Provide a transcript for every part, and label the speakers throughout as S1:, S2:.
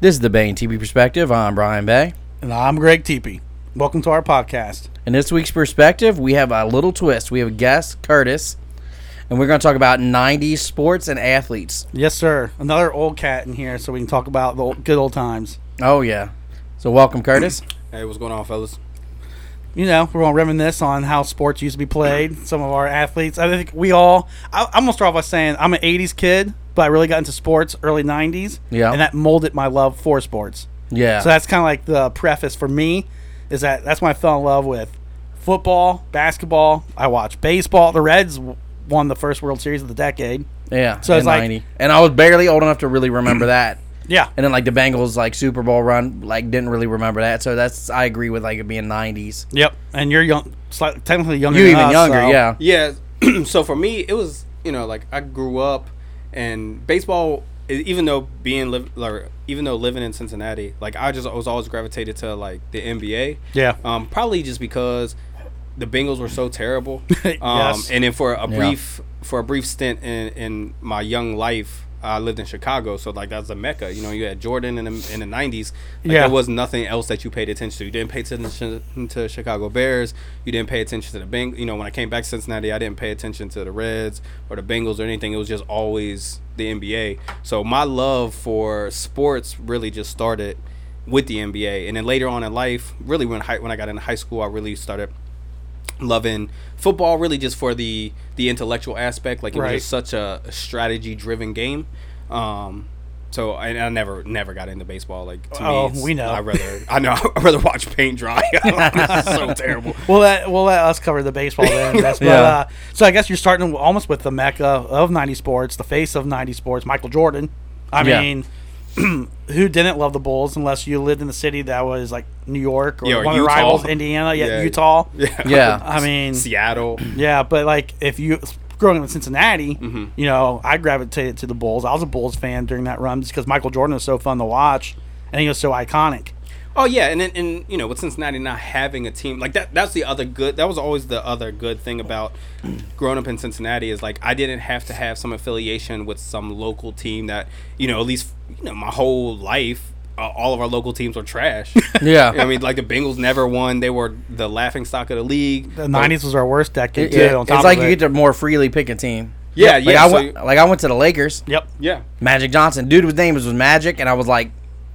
S1: This is the Bane TV Perspective. I'm Brian Bay.
S2: And I'm Greg Teepee. Welcome to our podcast.
S1: In this week's perspective, we have a little twist. We have a guest, Curtis, and we're going to talk about 90s sports and athletes.
S2: Yes, sir. Another old cat in here, so we can talk about the old- good old times.
S1: Oh, yeah. So, welcome, Curtis.
S3: Hey, what's going on, fellas?
S2: You know, we're going to reminisce on how sports used to be played, some of our athletes. I think we all, I, I'm going to start off by saying I'm an 80s kid, but I really got into sports early 90s.
S1: Yeah.
S2: And that molded my love for sports.
S1: Yeah.
S2: So that's kind of like the preface for me is that that's when I fell in love with football, basketball. I watched baseball. The Reds w- won the first World Series of the decade.
S1: yeah.
S2: so
S1: in
S2: it's like-
S1: and I was barely old enough to really remember that.
S2: Yeah.
S1: And then, like, the Bengals, like, Super Bowl run, like, didn't really remember that. So, that's, I agree with, like, it being 90s.
S2: Yep. And you're young, slightly, technically younger.
S1: You
S2: than
S1: even
S2: us,
S1: younger,
S2: Uh, so-
S1: yeah.
S3: Yeah, so for me, it was you know like I grew up, and baseball. e- Even though being live, or even though living in Cincinnati, like I just was always gravitated to like the NBA.
S2: Yeah.
S3: Um, probably just because the Bengals were so terrible. Um,
S2: Yes.
S3: And then for a brief for a brief stint in, in my young life, I lived in Chicago, so like that's a mecca. You know, you had Jordan in the in the nineties. Like,
S2: Yeah.
S3: There was nothing else that you paid attention to. You didn't pay attention to Chicago Bears. You didn't pay attention to the Beng. You know, when I came back to Cincinnati, I didn't pay attention to the Reds or the Bengals or anything. It was just always the NBA. So my love for sports really just started with the NBA, and then later on in life, really when high, when I got into high school, I really started loving football really just for the the intellectual aspect like it
S2: Right.
S3: was just such a strategy driven game um so and I never never got into baseball like to
S2: Oh,
S3: me it's-
S2: we know.
S3: I rather I know I rather watch paint dry It's so terrible
S2: We'll let, we'll let us cover the baseball then. That's, but,
S1: Yeah.
S2: uh, so I guess you're starting almost with the mecca of 90 sports, the face of 90 sports, Michael Jordan. I
S1: Yeah.
S2: mean, who didn't love the Bulls unless you lived in a city that was like New York or
S3: Yeah,
S2: one of the
S3: Utah.
S2: rivals, Indiana, yeah,
S3: Yeah.
S2: Utah.
S3: yeah,
S1: Yeah.
S2: I mean,
S3: Seattle
S2: yeah, but like if you growing up in Cincinnati,
S3: Mm-hmm.
S2: you know, I gravitated to the Bulls. I was a Bulls fan during that run just because Michael Jordan was so fun to watch and he was so iconic.
S3: Oh yeah, and then and you know with Cincinnati not having a team like that, that's the other good. That was always the other good thing about growing up in Cincinnati is like I didn't have to have some affiliation with some local team that you know at least you know my whole life uh, all of our local teams were trash.
S1: Yeah.
S3: I mean like the Bengals never won; they were the laughing stock of the league.
S2: The nineties was our worst decade too.
S1: Yeah.
S2: on
S1: It's
S2: top
S1: like
S2: of
S1: you
S2: it.
S1: get to more freely pick a team.
S3: Yeah,
S1: Like,
S3: yeah,
S1: I
S3: so
S1: went-
S3: you-
S1: like, I went to the Lakers.
S2: Yep.
S3: Yeah,
S1: Magic Johnson. Dude, his name was Magic, and I was like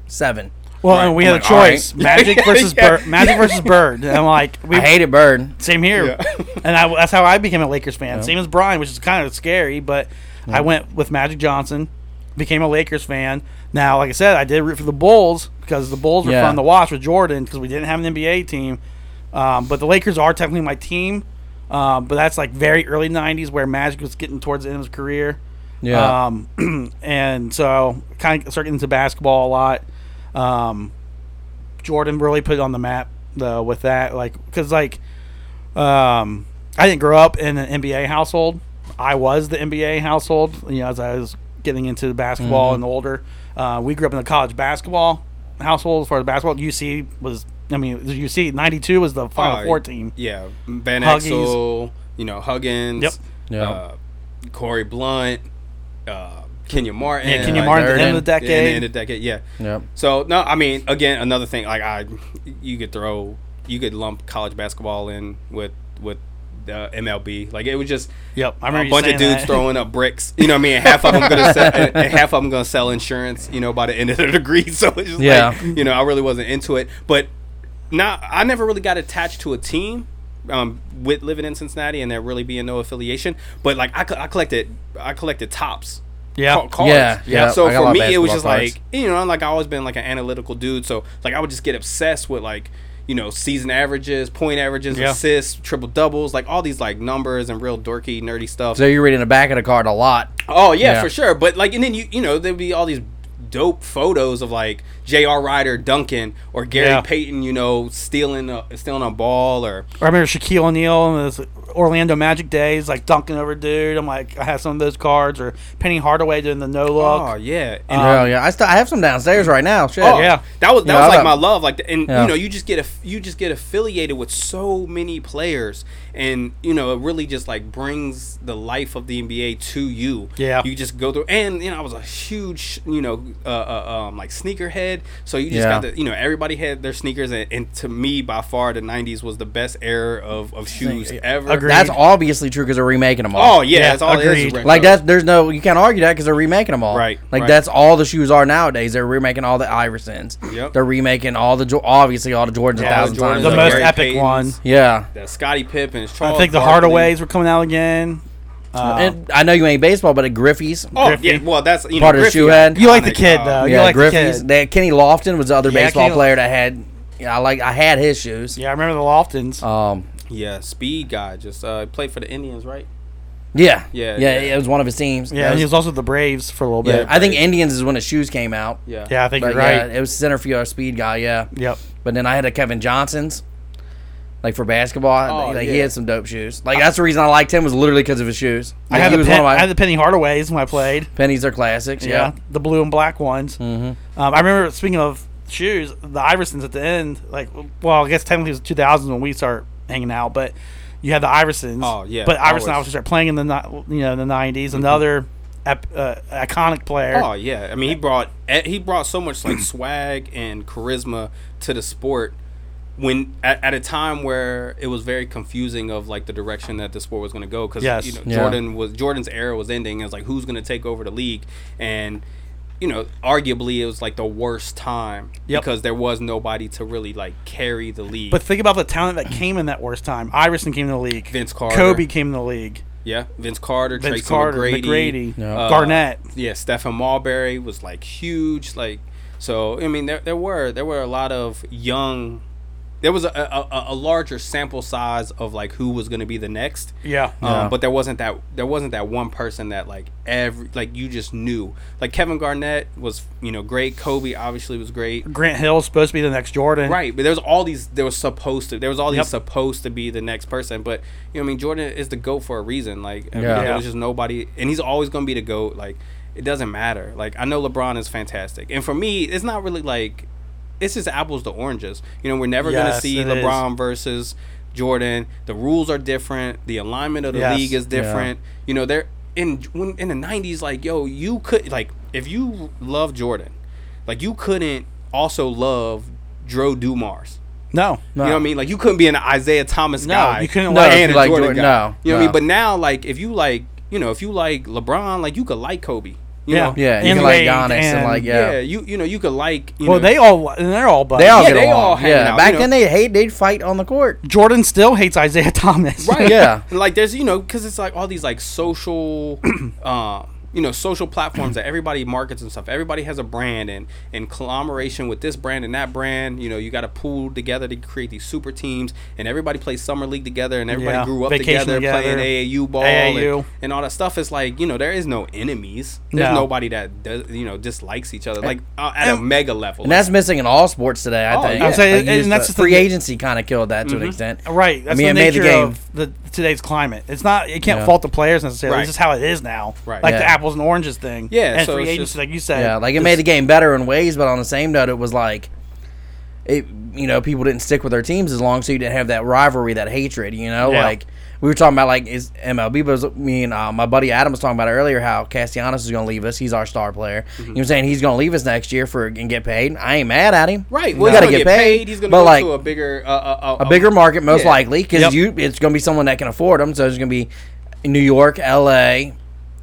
S1: seven.
S2: Well, and we
S1: I'm
S2: had
S1: like,
S2: a choice:
S1: all
S2: Magic versus Bird. Magic versus Bird. And I'm like, we
S1: I hated Bird.
S2: same here. and I, that's how I became a Lakers fan. Same as Brian, which is kind of scary, but I went with Magic Johnson, became a Lakers fan. Now, like I said, I did root for the Bulls because the Bulls were
S1: Yeah.
S2: fun to watch with Jordan because we didn't have an NBA team. Um, but the Lakers are technically my team. Um, but that's like very early 90s where Magic was getting towards the end of his career.
S1: Yeah.
S2: Um, and so kind of started into basketball a lot. Um, Jordan really put it on the map though with that, like because like um, I didn't grow up in an NBA household. I was the NBA household. You know, as I was getting into basketball and older, uh, we grew up in a college basketball household. As far as basketball, UC was. I mean, the UC '92 was the Final
S3: Oh,
S2: Four team.
S3: Yeah, Van
S2: Huggies.
S3: Exel, you know Huggins.
S2: Yep.
S1: Yeah.
S3: Uh, Corey Blunt, uh, Kenya Martin.
S2: Yeah, Kenya
S3: like,
S2: Martin, at the end of
S1: Durden.
S2: the
S3: Yeah, in the
S2: decade.
S3: end of the decade. Yeah.
S1: Yep.
S3: So no, I mean, again, another thing. Like I, you could throw, you could lump college basketball in with with uh, the MLB. Like it was just
S2: Yep, I remember
S3: a
S2: you
S3: bunch
S2: saying
S3: of dudes
S2: that.
S3: throwing up bricks. You know what I mean? And half of them gonna sell, and, and half of them gonna sell insurance. You know, by the end of their degree. So it's just
S1: Yeah.
S3: like, you know, I really wasn't into it. But now I never really got attached to a team. Um, with living in Cincinnati and there really being no affiliation, but like I, co- I collected, I collected tops
S2: Yeah.
S3: ca- cards.
S1: Yeah, yeah.
S3: So
S1: I got a lot
S3: for
S1: of
S3: me, it was
S1: basketball
S3: just
S1: cards.
S3: like you know, like I always been like an analytical dude. So like I would just get obsessed with like you know season averages, point averages,
S2: Yeah.
S3: assists, triple doubles, like all these like numbers and real dorky, nerdy stuff.
S1: So you're reading the back of the card a lot.
S3: Oh yeah,
S1: Yeah.
S3: for sure. But like, and then you you know there'd be all these dope photos of like J.R. Ryder dunking or Gary
S2: Yeah.
S3: Payton, you know, stealing a, stealing a ball or
S2: I remember Shaquille O'Neal and his Orlando Magic days, like dunking over dude. I'm like, I have some of those cards, or Penny Hardaway doing the no look.
S3: oh yeah, and
S1: Oh yeah, I still I have some downstairs right now. Shit.
S3: Oh,
S2: Yeah.
S3: that was that
S1: Yeah, I
S3: was like
S1: thought-
S3: my love. Like, the- and
S1: Yeah.
S3: you know, you just get a you just get affiliated with so many players, and you know, it really just like brings the life of the NBA to you.
S2: Yeah.
S3: you just go through, and you know, I was a huge you know uh, uh, um, like sneakerhead. So you just
S1: Yeah.
S3: got the you know everybody had their sneakers, and, and to me, by far, the '90s was the best era of, of shoes ever.
S2: Agreed.
S1: That's obviously true because they're remaking them all.
S3: Oh yeah,
S2: Yeah,
S3: that's all it is. is
S2: agreed.
S3: retro.
S1: Like that's there's no you can't argue that because they're remaking them all.
S3: Right,
S1: Like
S3: right.
S1: that's all the shoes are nowadays. They're remaking all the Iversons.
S3: Yep.
S1: They're remaking all the Jo- obviously all the Jordans a
S3: All
S1: thousand
S3: Jordans,
S1: times.
S2: The
S1: over.
S2: most
S3: Gary
S2: epic
S3: Paytons,
S2: one.
S1: yeah.
S3: The Scottie Pippen. Charles
S2: I think the
S3: Barkley.
S2: Hardaways were coming out again. Uh,
S1: Oh, and I know you ain't baseball, but at Griffey's.
S3: Oh
S2: Griffey.
S3: yeah, well that's you
S1: Part
S3: know,
S1: of the
S3: Griffey,
S1: shoe head.
S2: you like the
S3: iconic,
S2: kid
S3: uh,
S2: though. you
S1: yeah,
S2: like
S1: Griffey's.
S2: the kid.
S1: That Kenny Lofton was the other
S2: Yeah,
S1: baseball
S2: Kenny-
S1: player that had. Yeah, I like I had his shoes.
S2: Yeah, I remember the Loftons.
S1: Um.
S3: Yeah, speed guy. Just uh, played for the Indians, right?
S1: Yeah.
S3: Yeah,
S1: Yeah.
S3: yeah.
S1: It was one of his teams.
S2: yeah,
S1: That
S2: and he
S1: was-
S2: was also the Braves for a little bit.
S3: Yeah.
S1: I think Indians is when his shoes came out.
S3: Yeah.
S2: Yeah, I think
S1: But
S2: you're right.
S1: yeah, it was center field speed guy. Yeah.
S2: Yep.
S1: But then I had a Kevin Johnson's, like for basketball.
S3: Oh,
S1: like he
S3: yeah.
S1: had some dope shoes. Like that's the reason I liked him was literally because of his shoes.
S2: I
S1: Like,
S2: had,
S1: he
S2: the
S1: was
S2: pen,
S1: one
S2: I
S1: of my
S2: had the Penny Hardaways when I played.
S1: pennies are classics.
S2: Yeah,
S1: Yeah.
S2: the blue and black ones. Mm-hmm. Um, I remember speaking of shoes, the Iversons at the end. Like, well, I guess technically it was 2000 when we start hanging out, but you had the Iversons.
S3: Oh, yeah,
S2: But Iverson
S3: always. Mm-hmm.
S2: obviously started playing in the ni- you know the 90s. Another ep- uh, iconic player.
S3: Oh yeah, I mean he brought eh, he brought so much like swag and charisma to the sport when at, at a time where it was very confusing of like the direction that the sport was going to go because
S2: Yes.
S3: you know
S1: Yeah.
S3: Jordan was Jordan's era was ending and it's like who's going to take over the league and you know arguably it was like the worst time
S2: Yep.
S3: because there was nobody to really like carry the league.
S2: But think about the talent that came in that worst time. Iverson came in the league.
S3: Vince Carter.
S2: Kobe came in the league.
S3: yeah, Vince Carter,
S2: Vince
S3: Tracy
S2: Carter,
S3: McGrady,
S2: McGrady,
S1: Yeah.
S3: uh,
S2: Garnett.
S3: yeah, Stephen Marbury was like huge. Like, so I mean, there there were there were a lot of young. There was a a, a- a larger sample size of like who was going to be the next.
S2: Yeah.
S1: Yeah.
S3: Um, but there wasn't that there wasn't that one person that like every like you just knew like Kevin Garnett was you know great Kobe obviously was great
S2: Grant Hill's supposed to be the next Jordan.
S3: Right, but there was all these. There was supposed to. There was all
S2: Yep.
S3: these supposed to be the next person. But you know, I mean, Jordan is the goat for a reason. Like, I mean,
S1: Yeah.
S3: there was just nobody, and he's always gonna be the goat. Like, it doesn't matter. Like, I know LeBron is fantastic, and for me, it's not really like, it's just apples to oranges. You know, we're never gonna
S2: Yes,
S3: see
S2: it is.
S3: LeBron versus Jordan. The rules are different. The alignment of the
S2: Yes.
S3: league is different. You know, they're in when in the '90s. Like, yo, you could like if you love Jordan, like you couldn't also love Dro Dumars.
S2: No.
S1: No.
S3: You know what I mean? Like you couldn't be an Isaiah Thomas
S2: No,
S3: guy.
S2: you couldn't
S3: and
S2: No, like- if
S1: you
S3: a
S1: like
S3: Jordan,
S1: Jordan,
S3: guy.
S1: no,
S3: you know what
S1: no.
S3: I mean? But now, like, if you like, you know, if you like LeBron, like you could like Kobe. You
S2: Yeah.
S3: know?
S1: Yeah. You
S2: And
S1: can like
S2: Wade
S1: Giannis and,
S2: and-
S1: like
S3: yeah,
S1: yeah.
S3: You you know you could like. You
S2: Well,
S3: know,
S2: they all and they're all buddies.
S1: They all
S3: Yeah,
S1: get
S3: they
S1: along.
S3: all hang
S1: yeah.
S3: out,
S1: Back
S3: you know.
S1: then they hate they'd fight on the court.
S2: Jordan still hates Isaiah Thomas.
S3: right
S1: Yeah.
S3: And, like there's you know because it's like all these like social um you know social platforms that everybody markets and stuff everybody has a brand and in collaboration with this brand and that brand you know you got to pool together to create these super teams and everybody plays summer league together and everybody
S2: Yeah.
S3: grew up
S2: Vacation
S3: together,
S2: together.
S3: playing aau ball
S2: AAU.
S3: And, and all that stuff it's like you know there is no enemies there's
S2: No.
S3: nobody that does you know dislikes each other like uh, at a mega level
S1: And that's missing in all sports today. I
S3: Oh,
S1: think.
S3: yeah. Mm-hmm. I'm
S2: saying,
S1: Like, you
S2: and
S1: just-
S2: that's just the
S1: free
S2: thing-
S1: agency kind of killed that to an extent.
S2: Right.
S1: I
S2: That's
S1: mean,
S2: the
S1: it made the
S2: nature
S1: game.
S2: of the today's climate. It's not. You can't
S1: Yeah.
S2: fault the players necessarily.
S3: Right.
S2: It's just how it is now.
S3: Right.
S2: Like the
S1: Yeah.
S2: apples and oranges thing.
S3: Yeah,
S2: And
S3: so
S2: free
S3: it's
S2: agency,
S3: just-
S2: like you said.
S1: Yeah, like it
S2: just-
S1: made the game better in ways, but on the same note, it was like, it you know people didn't stick with their teams as long, so you didn't have that rivalry, that hatred. You know,
S2: Yeah.
S1: like we were talking about like is MLB, but it was, me and uh, my buddy Adam was talking about earlier how Castellanos is going to leave us. He's our star player.
S3: Mm-hmm.
S1: You know, what I'm saying he's going to leave us next year for and get paid. I ain't mad at him.
S3: right
S1: we
S3: well
S1: got to
S3: he's gonna
S1: get paid.
S3: he's gonna
S1: but
S3: go
S1: like
S3: to a bigger uh, uh, uh,
S1: a bigger market most
S3: Yeah.
S1: likely because
S2: Yep.
S1: you it's going to be someone that can afford them. So it's going to be New York, L.A.,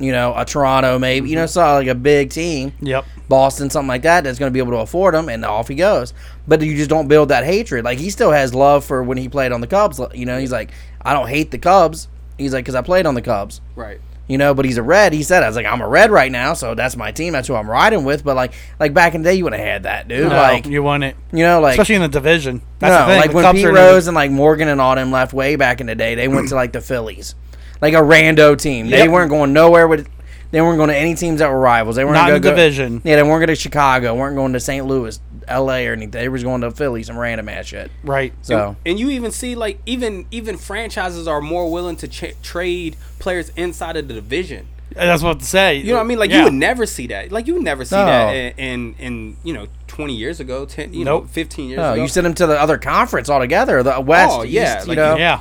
S1: you know, a Toronto maybe.
S3: Mm-hmm.
S1: You know, so like a big team.
S2: Yep.
S1: Boston, something like that, that's going to be able to afford him, and off he goes. But you just don't build that hatred. Like he still has love for when he played on the Cubs. You know, he's like, I don't hate the Cubs. He's like, because I played on the Cubs.
S3: right
S1: You know, but he's a red. He said, I was like, I'm a red right now, so that's my team. That's who I'm riding with. But like, like back in the day, you would have had that dude.
S2: No,
S1: Like, you
S2: you won it,
S1: know, like.
S2: especially in the division. That's
S1: no,
S2: the thing.
S1: like
S2: The
S1: when
S2: Cubs
S1: Pete
S2: are in the-
S1: Rose and like Morgan and all them left way back in the day, they went to like the Phillies, like a rando team. They
S2: Yep.
S1: weren't going nowhere with, they weren't going to any teams that were rivals. They weren't
S2: Not
S1: gonna
S2: in the division.
S1: Yeah, they weren't going to Chicago, weren't going to St. Louis, L.A. or anything. They was going to Philly, some random ass shit.
S2: Right.
S1: So
S3: and you even see like even even franchises are more willing to ch- trade players inside of the division.
S2: And That's what to say.
S3: You know what I mean? Like
S2: Yeah.
S3: you would never see that. Like you would never see
S1: No.
S3: that in, in in you know twenty years ago, ten you know
S2: Nope.
S3: fifteen years
S1: no,
S3: ago.
S1: you sent them to the other conference altogether, the West.
S3: Oh, yeah,
S1: East, you
S3: like,
S1: know.
S2: Yeah.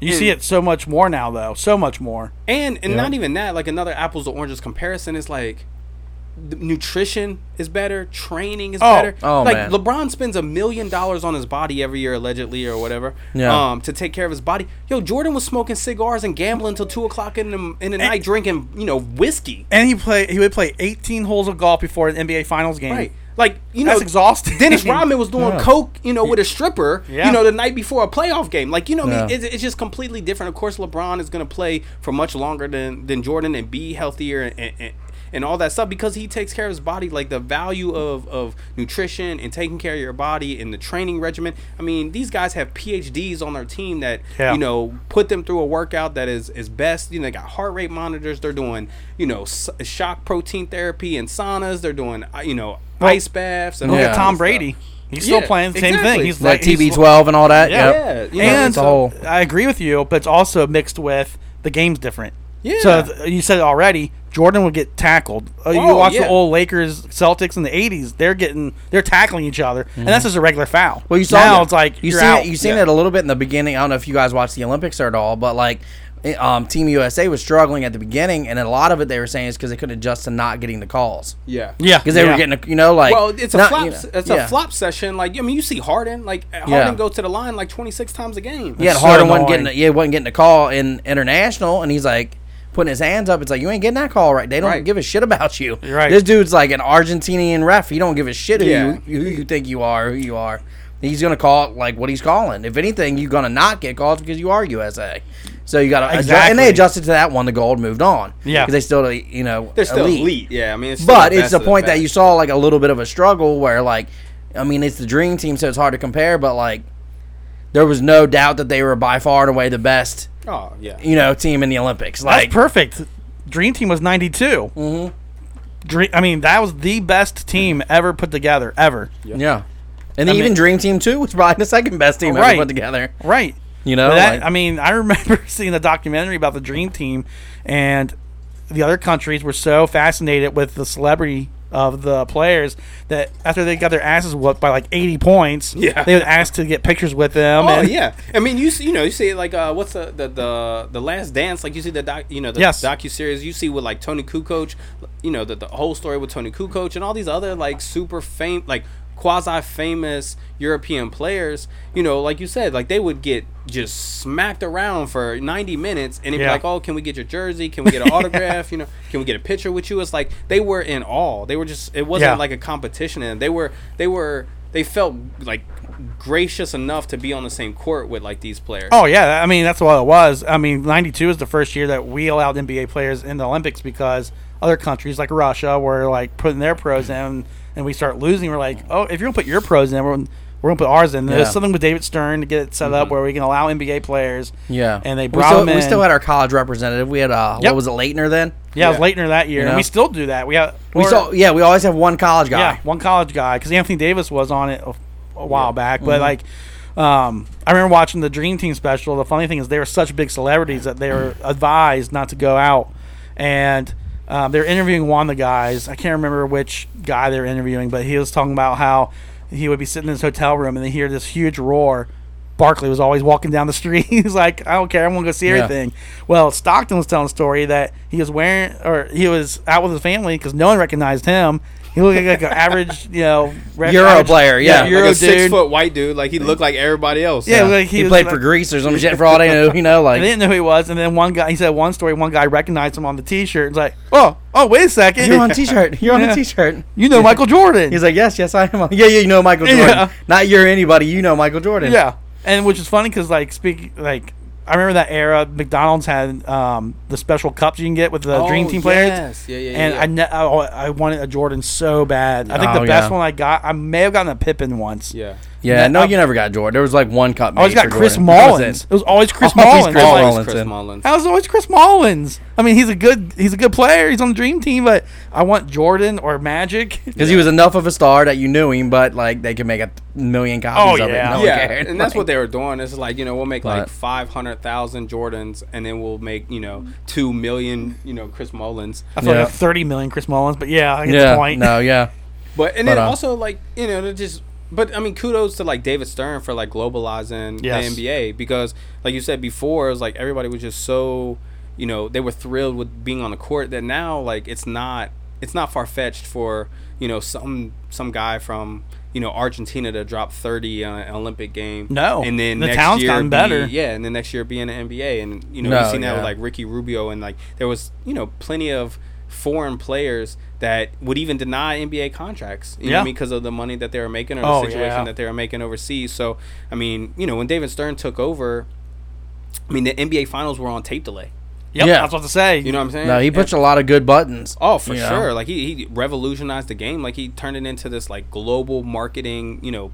S2: You see it so much more now, though. So much more.
S3: and and not even that. Like another apples to oranges comparison is like the nutrition is better, training is
S2: Oh,
S3: better.
S1: oh,
S3: like
S1: man.
S3: LeBron spends a million dollars on his body every year, allegedly or whatever,
S1: Yeah.
S3: um, to take care of his body. Yo, Jordan was smoking cigars and gambling till two o'clock in the in the night, drinking you know whiskey.
S2: And he play he would play 18 holes of golf before an NBA Finals game.
S3: Right. Like, you know,
S2: That's exhausting.
S3: Dennis Rodman was doing
S1: Yeah.
S3: coke, you know, with a stripper,
S2: Yeah.
S3: you know, the night before a playoff game. Like, you know, what I mean?
S1: Yeah.
S3: it's, it's just completely different. Of course, LeBron is going to play for much longer than than Jordan and be healthier and. and and all that stuff because he takes care of his body like the value of of nutrition and taking care of your body and the training regimen i mean these guys have phds on their team that
S2: Yeah.
S3: you know put them through a workout that is is best you know they got heart rate monitors they're doing you know s- shock protein therapy and saunas they're doing uh, you know ice baths and
S2: Look
S3: all
S1: Yeah.
S2: at
S3: that
S2: Tom
S3: stuff.
S2: Brady. He's still
S3: Yeah,
S2: playing the same thing.
S3: exactly.
S2: He's
S1: Like
S2: like he's-
S1: TB12 and all that.
S2: Yeah.
S1: Yep.
S3: Yeah, you know,
S2: and
S1: it's a whole-
S2: I agree with you, but it's also mixed with the game's different.
S3: Yeah.
S2: So th- you said it already Jordan would get tackled. Uh, you
S3: Oh,
S2: watch the
S3: yeah.
S2: old Lakers Celtics in the '80s; they're getting they're tackling each other, and that's just a regular foul.
S1: Mhm. Well, you saw
S2: now
S1: that-
S2: it's like
S1: you
S2: you're
S1: seen
S2: out.
S1: It, you seen
S3: Yeah.
S1: it a little bit in the beginning. I don't know if you guys watched the Olympics or at all, but like. it- Um, Team USA was struggling at the beginning, and a lot of it they were saying is because they couldn't adjust to not getting the calls.
S3: yeah
S2: yeah,
S1: because they
S2: yeah.
S1: were getting, a, you know, like
S3: well, it's a
S1: not-
S3: flop.
S1: you know,
S3: it's
S1: yeah.
S3: a flop session. Like I mean, you see Harden. Like Harden
S1: Yeah.
S3: goes to the line like twenty six times a game.
S1: Yeah, and
S2: so
S1: Harden wasn't
S2: annoying.
S1: getting, yeah, wasn't getting a call in international, and he's like putting his hands up. It's like you ain't getting that call right. They don't
S3: Right.
S1: give a shit about you.
S2: You're right.
S1: This dude's like an Argentinian ref. He don't give a shit who
S3: Yeah.
S1: you who you think you are, who you are. He's gonna call it like what he's calling. If anything, you're gonna not get calls because you are USA. So you gotta adjust, and
S2: Exactly.
S1: they adjusted to that one. The gold moved on.
S2: Yeah.
S1: 'Cause they still, you know,
S3: they're still elite. Yeah, I mean, it's still
S1: But
S3: the
S1: it's
S3: best
S1: the
S3: of the
S1: point that
S3: best.
S1: you saw like a little bit of a struggle where like, I mean, it's the dream team, so it's hard to compare. But like, there was no doubt that they were by far and away the best,
S3: Oh yeah,
S1: you know, team in the Olympics.
S2: That's
S1: Like,
S2: perfect. Dream Team was '92. Mm-hmm. Dream. I mean, that was the best team ever put together ever.
S1: yeah, and even
S2: mean-
S1: Dream Team Two was probably the second best team
S2: Right.
S1: ever put together.
S2: Right.
S1: You know,
S2: But that,
S1: like-
S2: I mean, I remember seeing a documentary about the Dream Team, and the other countries were so fascinated with the celebrity of the players that after they got their asses whooped by like 80 points,
S3: Yeah.
S2: they would ask to get pictures with them.
S3: Oh
S2: and
S3: yeah, I mean you see, you know you see like uh, what's the, the the the last dance like you see the doc you know the
S2: Yes.
S3: docu series you see with like Tony Kukoc, you know the, the whole story with Tony Kukoc and all these other like super fame like quasi famous European players, you know like you said like they would get just smacked around for 90 minutes and it'd
S2: Yeah.
S3: be like oh can we get your jersey can we get an autograph you know can we get a picture with you it's like they were in awe they were just it wasn't
S2: Yeah.
S3: like a competition and they were they were they felt like gracious enough to be on the same court with like these players.
S2: Oh yeah, I mean that's what it was. I mean, '92 is the first year that we allowed NBA players in the Olympics because other countries like Russia were like putting their pros in, and we start losing. We're like, oh, if you're gonna put your pros in, we're, we're gonna put ours in.
S1: Yeah. Mm-hmm.
S2: There's something with David Stern to get it set up where we can allow NBA players.
S1: Yeah,
S2: and they
S1: We
S2: brought
S1: still-
S2: them in.
S1: We still had our college representative. We had uh,
S2: Yep.
S1: what was it, Leitner? Then
S2: yeah, it was
S3: Yeah.
S2: Leitner that year,
S1: You
S2: and we
S1: know?
S2: still do that. We have
S1: we
S2: or-
S1: saw. Yeah, we always have one college guy.
S2: Yeah, one college guy because Anthony Davis was on it a, a while back.
S1: Mm-hmm.
S2: But like, um, I remember watching the Dream Team special. The funny thing is, they were such big celebrities that they were
S1: Mm-hmm.
S2: advised not to go out, and um, they're interviewing one of the guys. I can't remember which guy they're interviewing, but he was talking about how he would be sitting in his hotel room and they hear this huge roar. Barkley was always walking down the street. He's like, I don't care, I'm gonna go see
S1: Yeah.
S2: everything. Well, Stockton was telling a story that he was wearing, or he was out with his family because no one recognized him. He looked like an average, you know, reg-
S1: Euro player, yeah.
S2: Euro
S3: like a six
S2: dude.
S3: foot white dude, like he looked like everybody else.
S2: Yeah, like
S1: he,
S2: he was
S1: played
S2: like-
S1: for Greece or some shit for all they know. You know,
S2: They
S1: like
S2: didn't know who he was, and then one guy. He said one story. One guy recognized him on the T-shirt. It's like, oh, oh, wait a second,
S1: you're on a t-shirt. You're on
S2: Yeah.
S1: a t-shirt.
S2: You know Michael Jordan.
S1: He's like, yes, yes, I am. yeah, yeah, you know Michael Jordan.
S2: Yeah.
S1: Not you're anybody. You know Michael Jordan.
S2: Yeah, and which is funny because like speak like I remember that era. McDonald's had um, the special cups you can get with the
S3: Oh,
S2: Dream Team players.
S3: yes. Yeah, yeah, yeah,
S2: And
S3: yeah.
S2: I, ne- I al- I wanted a Jordan so bad. I think
S1: Oh,
S2: the best
S1: yeah.
S2: one I got, I may have gotten a Pippin once.
S3: yeah.
S1: Yeah, no,
S2: I-
S1: you never got Jordan. There was like one cup.
S2: I always got Chris Mullins. It was always Chris
S1: Always
S2: Oh, Mullins.
S1: Chris
S2: I'm like,
S1: Mullins.
S3: Chris
S1: in.
S3: Mullins.
S2: I was always Chris Mullins. I mean, he's a good he's a good player. He's on the dream team, but I want Jordan or Magic.
S1: Because he was enough of a star that you knew him, but like they could make a million copies
S2: Oh,
S1: of
S2: yeah.
S1: it. No one
S3: yeah,
S1: cared.
S3: and that's
S1: Like,
S3: what they were doing. It's like you know we'll make like
S1: But-
S3: five hundred thousand Jordans, and then we'll make you know two million you know Chris Mullins.
S2: I feel
S1: Yeah.
S2: like 30 million Chris Mullins, but yeah, I get the
S1: Yeah,
S2: point.
S1: no, yeah,
S3: But and
S1: But,
S3: then
S1: uh,
S3: also like you know they're just but I mean kudos to like David Stern for like globalizing
S2: Yes.
S3: the NBA because like you said before it was like everybody was just so you know they were thrilled with being on the court that now like it's not it's not far fetched for you know some some guy from you know Argentina to drop thirty on an Olympic game.
S2: No.
S3: and then
S2: The
S3: next
S2: town's
S3: year
S2: gotten
S3: be-
S2: better.
S3: Yeah, and then next year be in the NBA, and you know
S1: No,
S3: you've seen that
S1: yeah.
S3: with like Ricky Rubio, and like there was you know plenty of foreign players that would even deny NBA contracts. You know what
S2: Yeah.
S3: I mean? Because of the money that they were making or
S2: Oh,
S3: the situation
S2: yeah.
S3: that they were making overseas. So I mean, you know, when David Stern took over, I mean the NBA finals were on tape delay.
S2: Yep,
S1: Yeah.
S2: I was about to say.
S3: You know what I'm saying?
S1: No, he
S3: And-
S1: puts a lot of good buttons.
S3: Oh, for
S1: you know?
S3: sure. Like he, he revolutionized the game. Like he turned it into this like global marketing, you know,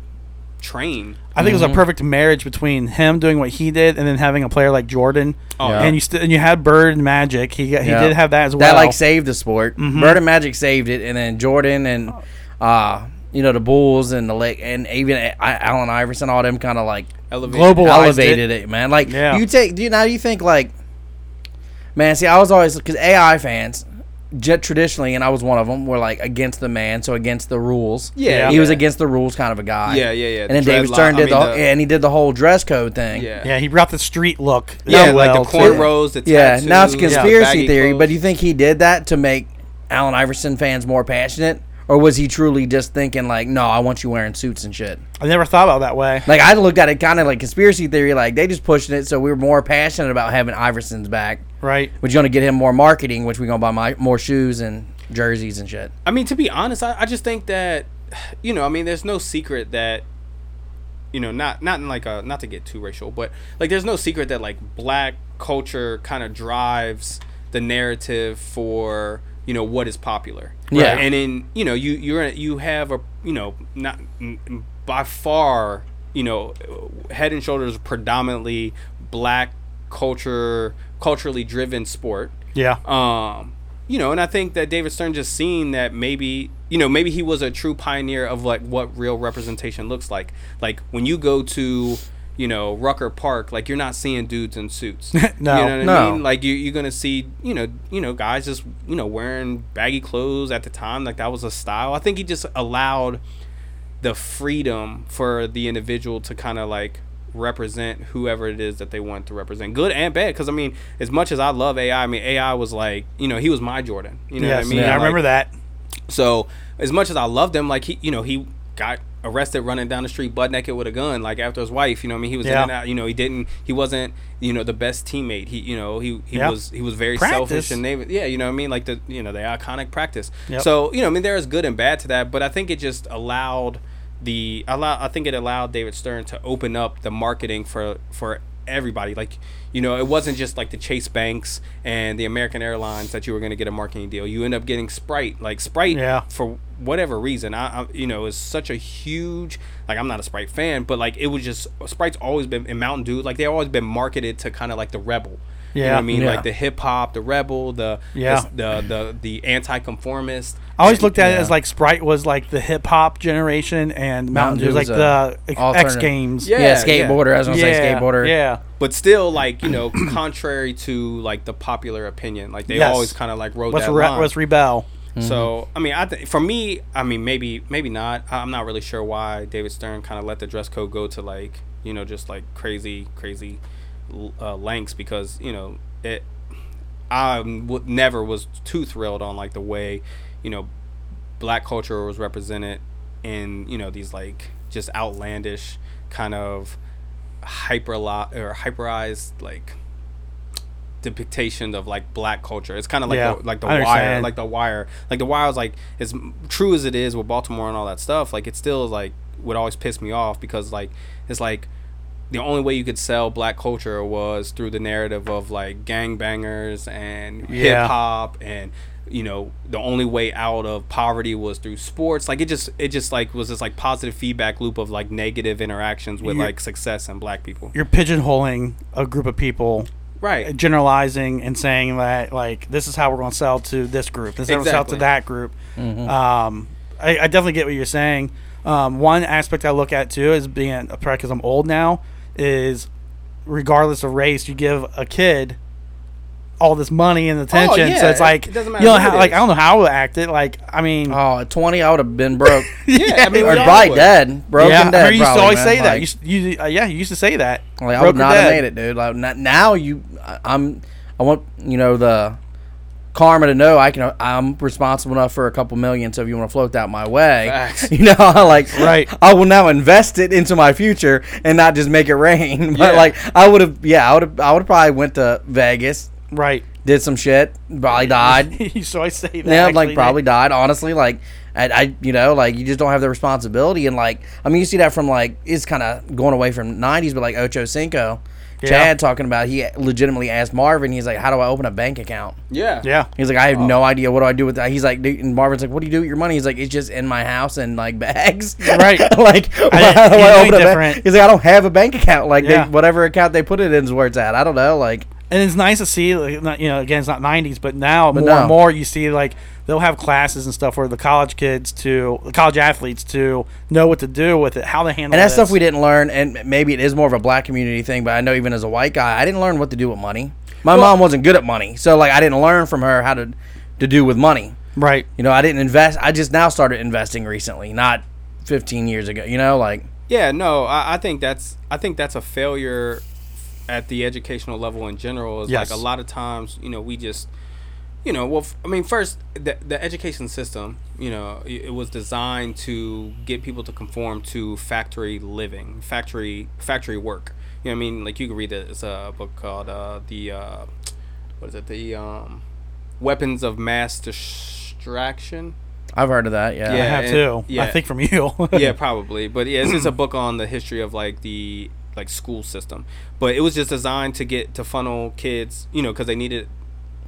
S3: train.
S2: I think it was a perfect marriage between him doing what he did and then having a player like Jordan.
S3: Oh,
S1: Yeah.
S2: and you st- and you had Bird and Magic. He got, he
S1: Yeah.
S2: did have that as well. Mm-hmm.
S1: That like saved the sport. Bird and Magic saved it, and then Jordan and uh, you know the Bulls and the Lake and even uh, Allen Iverson, all them kind of like
S3: Elevated.
S2: Global- Realized
S1: elevated it. man. Like
S2: Yeah.
S1: you take, do you now you think like, man? See, I was always because AI fans, jet traditionally, and I was one of them, were like against the man, so against the rules.
S3: Yeah,
S1: he was
S3: yeah.
S1: against the rules kind of a guy.
S3: Yeah, yeah, yeah.
S1: And then
S3: The
S1: David
S3: dreadlock-
S1: Stern
S3: I
S1: did
S3: mean,
S1: the,
S3: the-
S1: and he did the whole dress code thing.
S3: Yeah.
S2: yeah, he brought the street look.
S3: Yeah,
S2: so
S3: like
S2: well,
S3: the
S2: too.
S3: cornrows, the
S1: Yeah, now it's a
S3: tattoos, the
S1: conspiracy
S3: baggy
S1: theory,
S3: clothes.
S1: but do you think he did that to make Allen Iverson fans more passionate? Or was he truly just thinking like, no, I want you wearing suits and shit?
S2: I never thought about it that way.
S1: Like I looked at it kind of like conspiracy theory, like they just pushing it, so we were more passionate about having Iverson's back,
S2: Right.
S1: which gonna get him more marketing, which we gonna buy my, more shoes and jerseys and shit.
S3: I mean, to be honest, I, I just think that, you know, I mean, there's no secret that, you know, not not in like a not to get too racial, but like there's no secret that like black culture kind of drives the narrative for you know what is popular.
S1: Yeah.
S3: and in you know you you're in- you have a you know not n- n- by far you know head and shoulders predominantly black culture culturally driven sport
S2: Yeah.
S3: um you know and i think that david stern just seen that maybe you know maybe he was a true pioneer of like what real representation looks like like when you go to you know rucker park like you're not seeing dudes in suits no you know what
S1: no.
S3: i mean like you, you're gonna see you know you know guys just you know wearing baggy clothes at the time like that was a style i think he just allowed the freedom for the individual to kind of like represent whoever it is that they want to represent, good and bad. Because I mean, as much as I love AI, I mean AI was like you know he was my Jordan. You know
S2: yes,
S3: what I mean?
S2: yeah, I
S3: Like,
S2: remember that.
S3: So as much as I loved him, like he you know he got arrested running down the street butt naked with a gun like after his wife you know what i mean he was in
S2: Yeah.
S3: and out you know he didn't he wasn't you know the best teammate he you know he he
S2: Yeah.
S3: was he was very
S2: Practice.
S3: selfish and they yeah you know what i mean like the you know the iconic practice
S2: Yep.
S3: so you know i mean there is good and bad to that but i think it just allowed the allow i think it allowed david stern to open up the marketing for for everybody like you know it wasn't just like the chase banks and the american airlines that you were going to get a marketing deal you end up getting sprite like sprite
S2: Yeah.
S3: for whatever reason I, I you know is such a huge like i'm not a sprite fan but like it was just sprite's always been in mountain dew like they've always been marketed to kind of like the rebel you know
S2: Yeah.
S3: what i mean
S1: Yeah.
S3: like the hip hop the rebel the
S2: Yeah.
S3: the the, the anti-conformist
S2: I always looked at it as
S1: Yeah.
S2: like Sprite was like the hip hop generation and Mountain Dew was like
S1: Dew
S2: the
S1: was a
S2: X
S1: alternative-
S2: Games.
S1: Yeah,
S3: Yeah,
S1: skateboarder. I was gonna say skateboarder.
S2: Yeah.
S3: but still like you know contrary to like the popular opinion like they
S2: Yes.
S3: always kind of like rode
S2: Let's
S3: that
S2: re-
S3: line.
S2: let's rebel.
S3: So
S2: Mm-hmm.
S3: I mean, I th- for me, I mean maybe maybe not. I- I'm not really sure why David Stern kind of let the dress code go to like you know just like crazy crazy l- uh, lengths because you know it. I w- never was too thrilled on like the way you know black culture was represented in you know these like just outlandish kind of hyper or hyperized like depiction of like black culture. It's kind of like
S2: Yeah,
S3: the, like the
S2: I
S3: wire,
S2: understand.
S3: like the wire, like the wire was like as m- true as it is with Baltimore and all that stuff. Like it still is like would always piss me off because like it's like the only way you could sell black culture was through the narrative of like gangbangers and
S2: Yeah.
S3: hip hop and you know the only way out of poverty was through sports like it just it just like was this like positive feedback loop of like negative interactions with
S2: You-
S3: like success and black people
S2: You're pigeonholing a group of people,
S3: right
S2: generalizing and saying that like this is how we're going to sell to this group. This is how we're going to sell to
S3: Exactly.
S2: that group.
S1: Mm-hmm.
S2: Um, I, I definitely get what you're saying. Um, one aspect I look at too is being probably because I'm old now is regardless of race, you give a kid all this money and attention. So
S3: yeah,
S2: it's like
S3: it
S2: you
S3: doesn't matter
S2: know
S3: who
S2: how,
S3: it
S2: like I
S3: is.
S2: don't know how I would act it. Like I mean,
S1: Oh, at twenty, I would have been broke
S3: yeah i mean
S1: or
S3: we all
S1: by
S3: would.
S1: dead, broken
S2: yeah,
S1: dead.
S2: I mean, you used to
S1: probably,
S2: always
S1: man.
S2: say that.
S1: Like-
S2: You, used- you, uh, yeah, you used to say that.
S1: Like I
S2: Broke
S1: would
S2: or
S1: not have
S2: dead.
S1: made it, dude. Like not, now you, I- I'm, I want you know the karma to know I can I'm responsible enough for a couple million. So if you want to float that my way,
S3: Facts.
S1: you know, I like
S2: Right.
S1: I will now invest it into my future and not just make it rain. But
S3: Yeah.
S1: like I would have, yeah, I would have, I would have probably went to Vegas,
S2: Right.
S1: did some shit, probably died.
S2: so I say that.
S1: Yeah,
S2: actually,
S1: like probably died. Honestly, like I, I, you know, like you just don't have the responsibility, and like I mean, you see that from like it's kind of going away from '90s, but like Ocho Cinco,
S2: Yeah.
S1: Chad talking about he legitimately asked Marvin, he's like, "How do I open a bank account?"
S3: Yeah.
S2: Yeah.
S1: He's like, "I have
S2: Oh.
S1: no idea. What do I do with that?" He's like, dude, and Marvin's like, "What do you do with your money?" He's like, "It's just in my house and like bags,
S2: Right.
S1: like
S2: I-
S1: how do
S2: he's
S1: I open
S2: doing
S1: a bank?
S2: different.
S1: He's like, "I don't have a bank account. Like
S2: Yeah.
S1: they, whatever account they put it in is where it's at. I don't know. Like
S2: and it's nice to see like, not, you know again it's not 90s but now more
S1: no.
S2: and more you see like they'll have classes and stuff where the college kids to the college athletes to know what to do with it how to handle
S1: And that's
S2: this.
S1: stuff we didn't learn, and maybe it is more of a black community thing. But I know even as a white guy, I didn't learn what to do with money. My mom wasn't good at money, so like I didn't learn from her how to to do with money.
S2: right
S1: You know, I didn't invest. I just now started investing recently, not 15 years ago. You know, like
S3: Yeah, no, I, I think that's I think that's a failure at the educational level in general. Is
S2: Yes.
S3: like a lot of times, you know, we just, you know, well, f- I mean, first the the education system, you know, i- it was designed to get people to conform to factory living, factory factory work. You know, what I mean, like you can read it, it's a book called uh, the uh, what is it, the um, Weapons of Mass Distraction.
S1: I've heard of that. Yeah.
S2: i
S3: Yeah.
S2: have
S3: and-
S2: too i
S3: yeah.
S2: think from you
S3: yeah, probably. But yeah, it's just a book on the history of like the like school system. But it was just designed to get to funnel kids, you know, because they needed,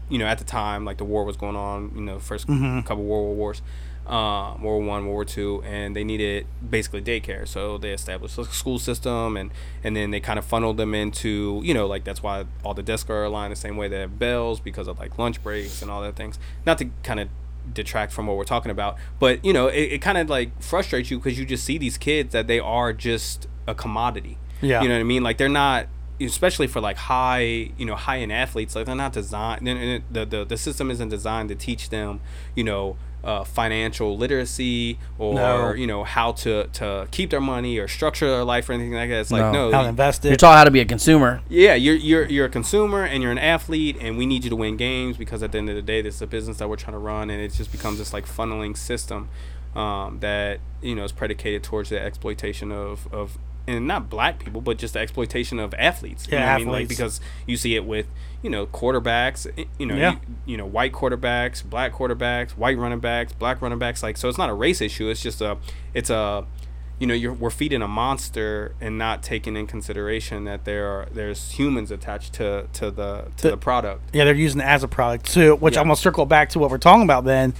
S3: you know, at the time like the war was going on, you know, 1st couple world wars, uh, World War One, World War Two, and they needed basically daycare. So they established a school system, and and then they kind of funneled them into, you know, like that's why all the desks are aligned the same way they have bells because of like lunch breaks and all that things. Not to kind of detract from what we're talking about but you know it, it kind of like frustrates you because you just see these kids that they are just a commodity
S2: Yeah.
S3: you know what i mean like they're not especially for like high you know high end athletes like they're not designed they're- they're- the, the the system isn't designed to teach them you know uh, financial literacy or
S2: No.
S3: you know how to to keep their money or structure their life or anything like that it's like
S1: No.
S3: no,
S2: how
S3: you-
S2: to invest
S1: You're
S2: it
S1: taught how to be a consumer.
S3: yeah, you're you're you're a consumer and you're an athlete, and we need you to win games because at the end of the day, this is a business that we're trying to run, and it just becomes this like funneling system um, that you know is predicated towards the exploitation of of and not black people, but just the exploitation of athletes. you
S2: Yeah,
S3: know what I mean? Like,
S2: athletes.
S3: because you see it with you know quarterbacks, i- you know
S2: Yeah.
S3: you, you know white quarterbacks, black quarterbacks, white running backs, black running backs. Like so, it's not a race issue. It's just a it's a you know you're we're feeding a monster and not taking in consideration that there are there's humans attached to to the to the, product.
S2: yeah they're using it as a product too which
S3: Yeah.
S2: i'm gonna circle back to what we're talking about then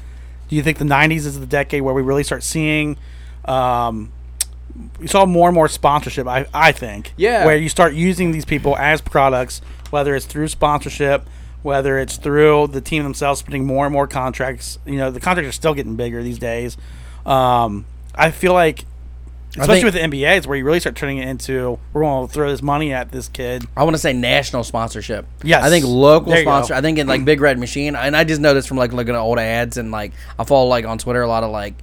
S2: do you think the 90s is the decade where we really start seeing um you saw more and more sponsorship i i think
S3: Yeah.
S2: where you start using these people as products whether it's through sponsorship whether it's through the team themselves putting more and more contracts you know the contracts are still getting bigger these days um i feel like especially
S1: think-
S2: with the nba it's where you really start turning it into we're going to throw this money at this kid
S1: I want to say national sponsorship.
S2: Yes.
S1: I think local
S2: There you
S1: sponsor.
S2: go.
S1: I think in like Big Red Machine, and I just know this from like looking at old ads and like I follow like on Twitter a lot of like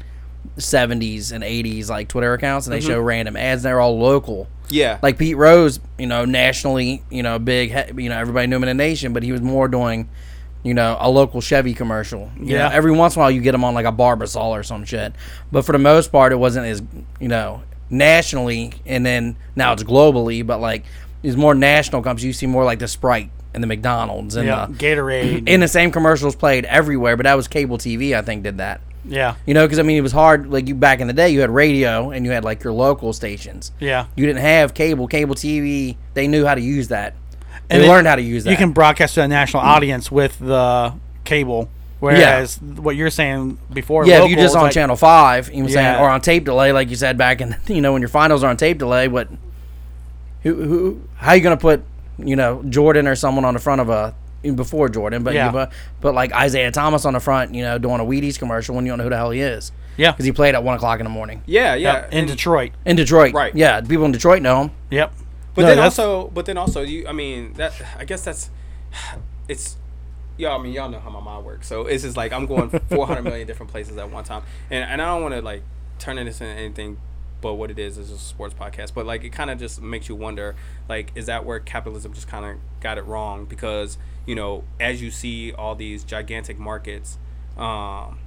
S1: '70s and '80s like Twitter accounts, and they
S2: Mm-hmm.
S1: show random ads. and They're all local.
S3: Yeah,
S1: Like Pete Rose, you know, nationally, you know, big, he- you know, everybody knew him in the nation, but he was more doing, you know, a local Chevy commercial. You
S2: Yeah.
S1: know, every once in a while you get him on like a Barbasol or some shit, but for the most part it wasn't as you know nationally, and then now it's globally, but like it's more national companies. You see more like the Sprite and the McDonald's and
S2: yeah
S1: the
S2: gatorade
S1: in the same commercials played everywhere, but that was cable TV, I think, did that.
S2: yeah
S1: You know, because I mean, it was hard. Like you back in the day, you had radio and you had like your local stations.
S2: Yeah.
S1: you didn't have cable. Cable TV, they knew how to use that. They
S2: And it-
S1: learned how to use that.
S2: you can broadcast to a national audience with the cable. Whereas what you're saying before,
S1: yeah, if
S2: local
S1: you're just
S2: is
S1: on
S2: like-
S1: channel five, you know, what I'm saying,
S2: Yeah.
S1: or on tape delay, like you said back in, you know, when your finals are on tape delay, what, who, who, how you gonna put, you know, Jordan or someone on the front of a before Jordan, but
S2: Yeah.
S1: you put, put like Isaiah Thomas on the front, you know, doing a Wheaties commercial when you don't know who the hell he is,
S2: Yeah.
S1: because he played at one o'clock in the morning
S3: yeah, yeah.
S2: Yep, in
S3: and-
S2: Detroit.
S1: in Detroit,
S3: Right.
S1: Yeah, the people in Detroit know him.
S2: Yep.
S3: But
S2: No,
S3: then
S2: that's-
S3: also, but then also, you. I mean, that. I guess that's. It's. Yeah, I mean, y'all know how my mind works. So it's just like I'm going 400 million different places at one time, and and I don't want to like turn this into anything but what it is is a sports podcast. But like it kind of just makes you wonder, like, is that where capitalism just kind of got it wrong? Because you know, as you see all these gigantic markets, um,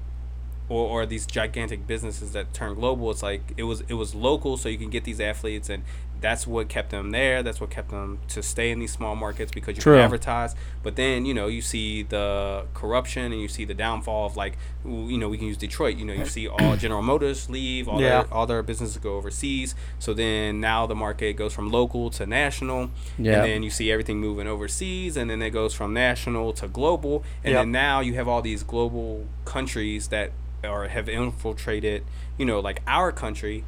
S3: or, or these gigantic businesses that turn global, it's like it was it was local, so you can get these athletes, and that's what kept them there. That's what kept them to stay in these small markets because you
S1: True.
S3: can advertise. But then you know you see the corruption and you see the downfall of like w- you know we can use Detroit. You know you see all General Motors leave, all
S2: Yeah.
S3: their all their businesses go overseas. So then now the market goes from local to national,
S1: Yeah.
S3: and then you see everything moving overseas, and then it goes from national to global, and
S2: Yep.
S3: then now you have all these global countries that are have infiltrated, you know, like our country.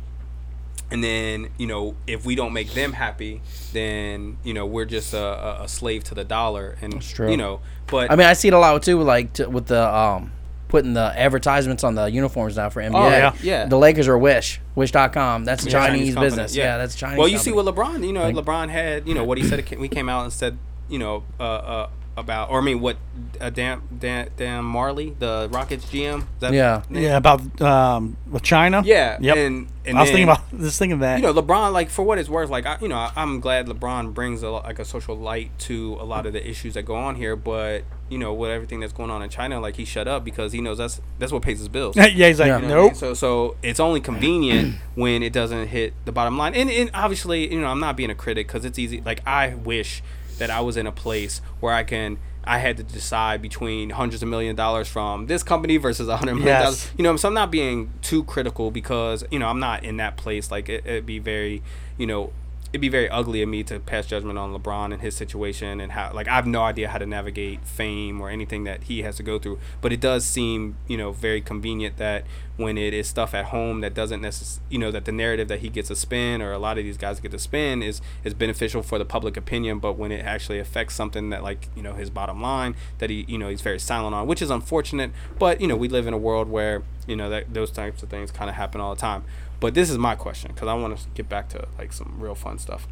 S3: And then you know, if we don't make them happy, then you know we're just a, a- a slave to the dollar, and
S1: true.
S3: you know. But
S1: I mean, I see it a lot too, like t with the um, putting the advertisements on the uniforms now for NBA.
S2: yeah.
S3: Oh, Yeah.
S1: The Lakers are Wish, Wish.com. That's a
S3: Yeah,
S1: Chinese,
S3: company,
S1: business. Yeah. that's a Chinese.
S3: Well, you see
S1: company.
S3: what LeBron, you know, LeBron had, you know, what he said. We came out and said, you know, uh, uh, about, or I mean, what uh, Dan, Dan Dan Marley, the Rockets GM. Is that
S1: Yeah.
S3: his name?
S2: Yeah, about um with China.
S3: yeah.
S2: Yep.
S3: And, and
S2: I was thinking
S3: then-
S2: about just thinking that.
S3: you know LeBron like for what it's worth like I, you know I, I'm glad LeBron brings a, lo- like a social light to a lot of the issues that go on here but you know with everything that's going on in China like he shut up because he knows that's that's what pays his bills
S2: yeah, he's like,
S1: Yeah.
S3: You know what I mean?
S2: nope.
S3: So so it's only convenient when it doesn't hit the bottom line. And and obviously, you know, I'm not being a critic because it's easy. Like I wish that I was in a place where I can. I had to decide between hundreds of million dollars from this company versus a hundred million
S2: Yes.
S3: dollars. You know, so I'm not being too critical because you know I'm not in that place. Like it, it'd be very, you know, it'd be very ugly of me to pass judgment on LeBron and his situation and how like I have no idea how to navigate fame or anything that he has to go through. But it does seem, you know, very convenient that when it is stuff at home that doesn't necessarily, you know, that the narrative that he gets to spin or a lot of these guys get to spin is is beneficial for the public opinion, but when it actually affects something that like, you know, his bottom line that he, you know, he's very silent on, which is unfortunate, but you know, we live in a world where, you know, that those types of things kind of happen all the time. But this is my question because I want to get back to like some real fun stuff.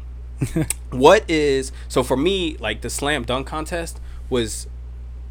S3: what is so for me like the slam dunk contest was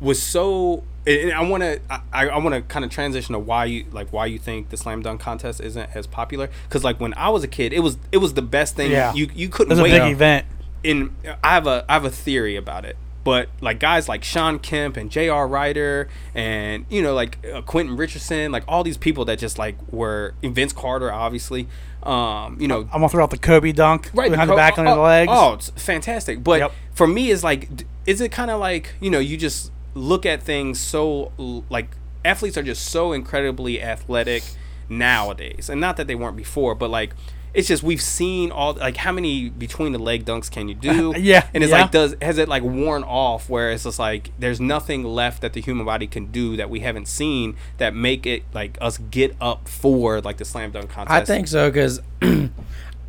S3: was so and and I want to I, I want to kind of transition to why you like why you think the slam dunk contest isn't as popular because like when I was a kid it was it was the best thing
S2: Yeah.
S3: you you
S2: It was
S3: couldn't
S2: a
S3: wait
S2: big event.
S3: in I have a I have a theory about it. But like guys like Sean Kemp and J.R. Ryder and you know like uh, Quentin Richardson, like all these people that just like were and Vince Carter, obviously, um, you know,
S2: I'm gonna throw out the Kobe dunk
S3: right
S2: behind
S3: because-
S2: the back
S3: oh,
S2: on his
S3: oh,
S2: legs.
S3: Oh, it's fantastic! But
S2: Yep.
S3: for me, is like, d- is it kind of like you know you just look at things so l- like athletes are just so incredibly athletic nowadays, and not that they weren't before, but like. It's just we've seen all like how many between the leg dunks can you do?
S2: Yeah,
S3: and it's
S2: yeah.
S3: like does has it like worn off where it's just like there's nothing left that the human body can do that we haven't seen that make it like us get up for like the slam dunk contest.
S1: I think so because,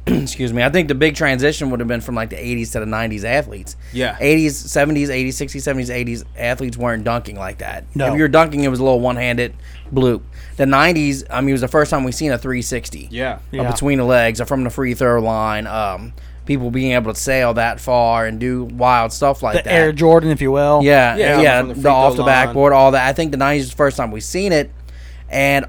S1: excuse me, I think the big transition would have been from like the 80s to the 90s athletes.
S3: Yeah.
S1: 80s, 70s, 80s, 60s, 70s, 80s athletes weren't dunking like that.
S2: No.
S1: If you were dunking, it was a little one handed bloop. The 90s, I mean, it was the first time we seen a 360.
S3: yeah,
S1: uh,
S2: Yeah.
S1: between the legs or from the free throw line. Um, people being able to sail that far and do wild stuff like
S2: the
S1: that.
S2: Air Jordan, if you will.
S1: Yeah,
S3: Yeah,
S1: yeah,
S3: from the
S1: the
S3: free throw
S1: off the
S3: line.
S1: backboard, all that. I think the '90s is the first time we've seen it, and